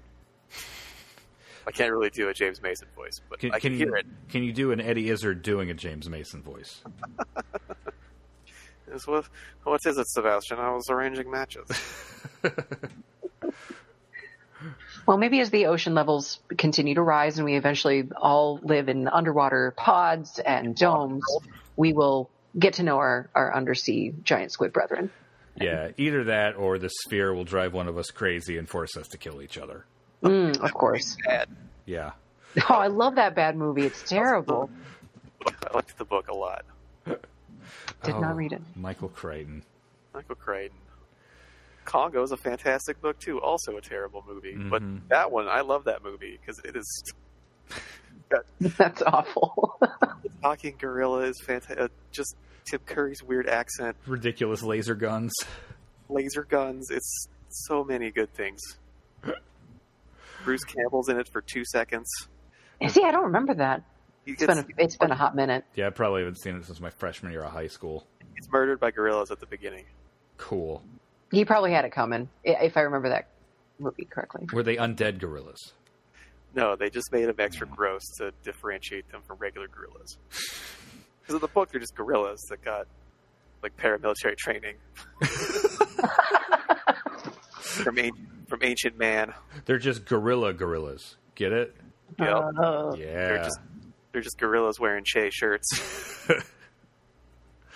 I can't really do a James Mason voice, but I can, hear it. Can you do an Eddie Izzard doing a James Mason voice? It's what, what is it, Sebastian? I was arranging matches. well, maybe as the ocean levels continue to rise and we eventually all live in underwater pods and domes, we will get to know our, our undersea giant squid brethren. yeah, either that or the sphere will drive one of us crazy and force us to kill each other. Mm, of course. Bad. Yeah. Oh, I love that bad movie. It's terrible. I liked the book a lot. Did Oh. not read it. Michael Crichton. Michael Crichton. Congo is a fantastic book too. Also a terrible movie, but that one I love that movie because it is That's awful. talking uh, gorilla is fantastic. Just Tim Curry's weird accent. Ridiculous laser guns. laser guns. It's so many good things. Bruce Campbell's in it for two seconds. See, I don't remember that. He It's gets, been a, it's been a hot minute. Yeah, I probably haven't seen it since my freshman year of high school. he's murdered by gorillas at the beginning. Cool. He probably had it coming, i- if I remember that movie correctly. Were they undead gorillas? No, they just made them extra gross to differentiate them from regular gorillas. Because in the book, they're just gorillas that got like paramilitary training from an- from ancient man. They're just gorilla gorillas. Get it? Yep. Uh, Yeah. They're just they're just gorillas wearing Che shirts.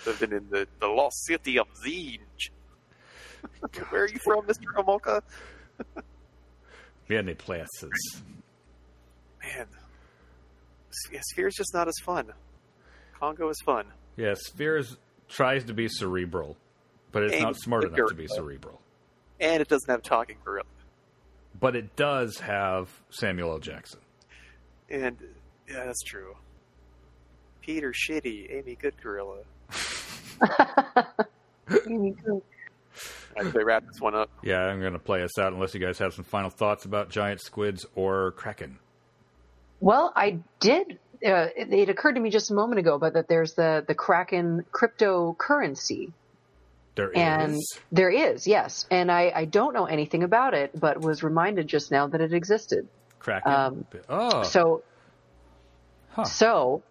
Living in the, the lost city of Zinj. Where are you from, Mr. Homolka? Many places. Man, S- yeah, Sphere's just not as fun. Congo is fun. Yeah, Spheres tries to be cerebral, but it's Aim not smart the enough to be gorilla. cerebral. And it doesn't have a talking gorilla. But it does have Samuel L. Jackson. And, yeah, that's true. Peter Shitty, Amy Good Gorilla. As they wrap this one up, Yeah, I'm going to play us out unless you guys have some final thoughts about giant squids or kraken. Well, I did. Uh, it, it occurred to me just a moment ago, but that there's the the Kraken cryptocurrency, There is. and there is yes, and I I don't know anything about it, but was reminded just now that it existed. kraken. um, oh, So, Huh. so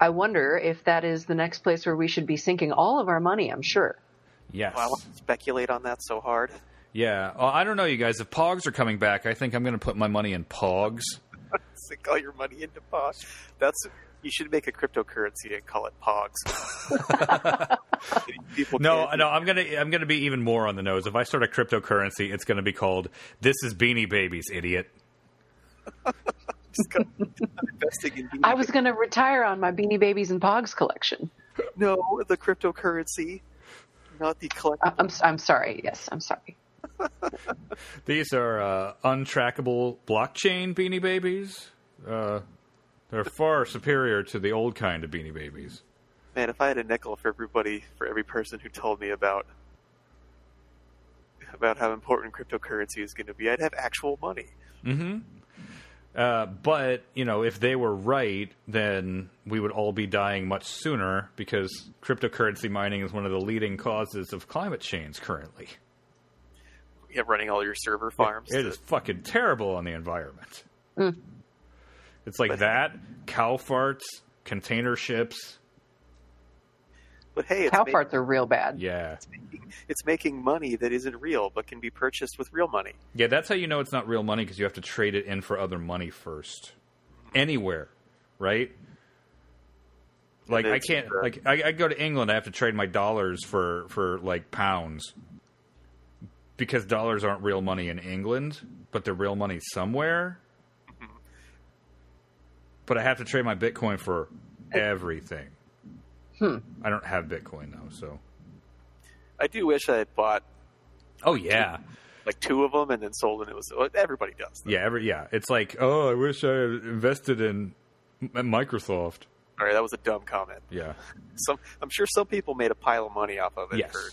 I wonder if that is the next place where we should be sinking all of our money. I'm sure. yes. wow, I want to speculate on that so hard. Yeah. Oh, I don't know, you guys. If Pogs are coming back, I think I'm going to put my money in Pogs. Sink all your money into Posh. That's you should make a cryptocurrency and call it Pogs. People No, can't- no, I'm gonna I'm gonna be even more on the nose. If I start a cryptocurrency, it's gonna be called "This is Beanie Babies, idiot." just go- I'm investing in I was going to retire on my Beanie Babies and Pogs collection. no the cryptocurrency, not the collect. I- I'm s- I'm sorry. Yes, I'm sorry. These are uh, untrackable blockchain Beanie Babies. Uh, they're far superior to the old kind of Beanie Babies. Man, if I had a nickel for everybody, for every person who told me about about how important cryptocurrency is going to be, I'd have actual money. Uh, but you know, if they were right, then we would all be dying much sooner because cryptocurrency mining is one of the leading causes of climate change currently. Yeah, running all your server farms. It is fucking terrible on the environment. It's like that, cow farts, container ships. But hey, it's, Cow ma- farts are real bad. Yeah. it's making money that isn't real, but can be purchased with real money. Yeah, that's how you know it's not real money because you have to trade it in for other money first. Anywhere, right? Like I it's, can't uh, like I, I go to England, I have to trade my dollars for for like pounds. Because dollars aren't real money in England, but they're real money somewhere. But I have to trade my Bitcoin for everything. Hmm. I don't have Bitcoin though, so. I do wish I had bought Oh yeah. like two of them and then sold, and it was well, everybody does. Yeah, every yeah. It's like, oh, I wish I had invested in M- Microsoft. All right, that was a dumb comment. Yeah. Some, I'm sure some people made a pile of money off of it. Yes. for-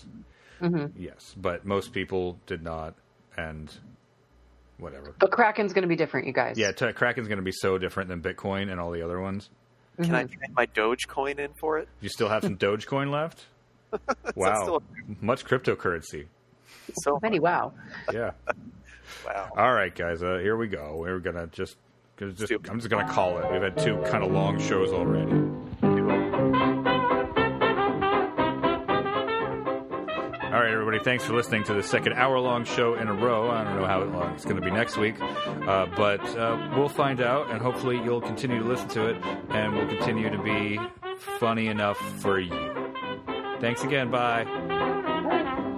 Yes, but most people did not, and whatever. But Kraken's going to be different, you guys. Yeah, t- Kraken's going to be so different than Bitcoin and all the other ones. Can I trade my Dogecoin in for it? You still have some Dogecoin left. Wow, still- much cryptocurrency. So Many wow. Yeah. wow. All right, guys. Uh, here we go. We're gonna just, gonna just. Stupid. I'm just gonna call it. We've had two kind of long shows already. All right, everybody. Thanks for listening to the second hour-long show in a row. I don't know how long it's going to be next week, uh, but uh, we'll find out, and hopefully you'll continue to listen to it, and we'll continue to be funny enough for you. Thanks again. Bye. Bye.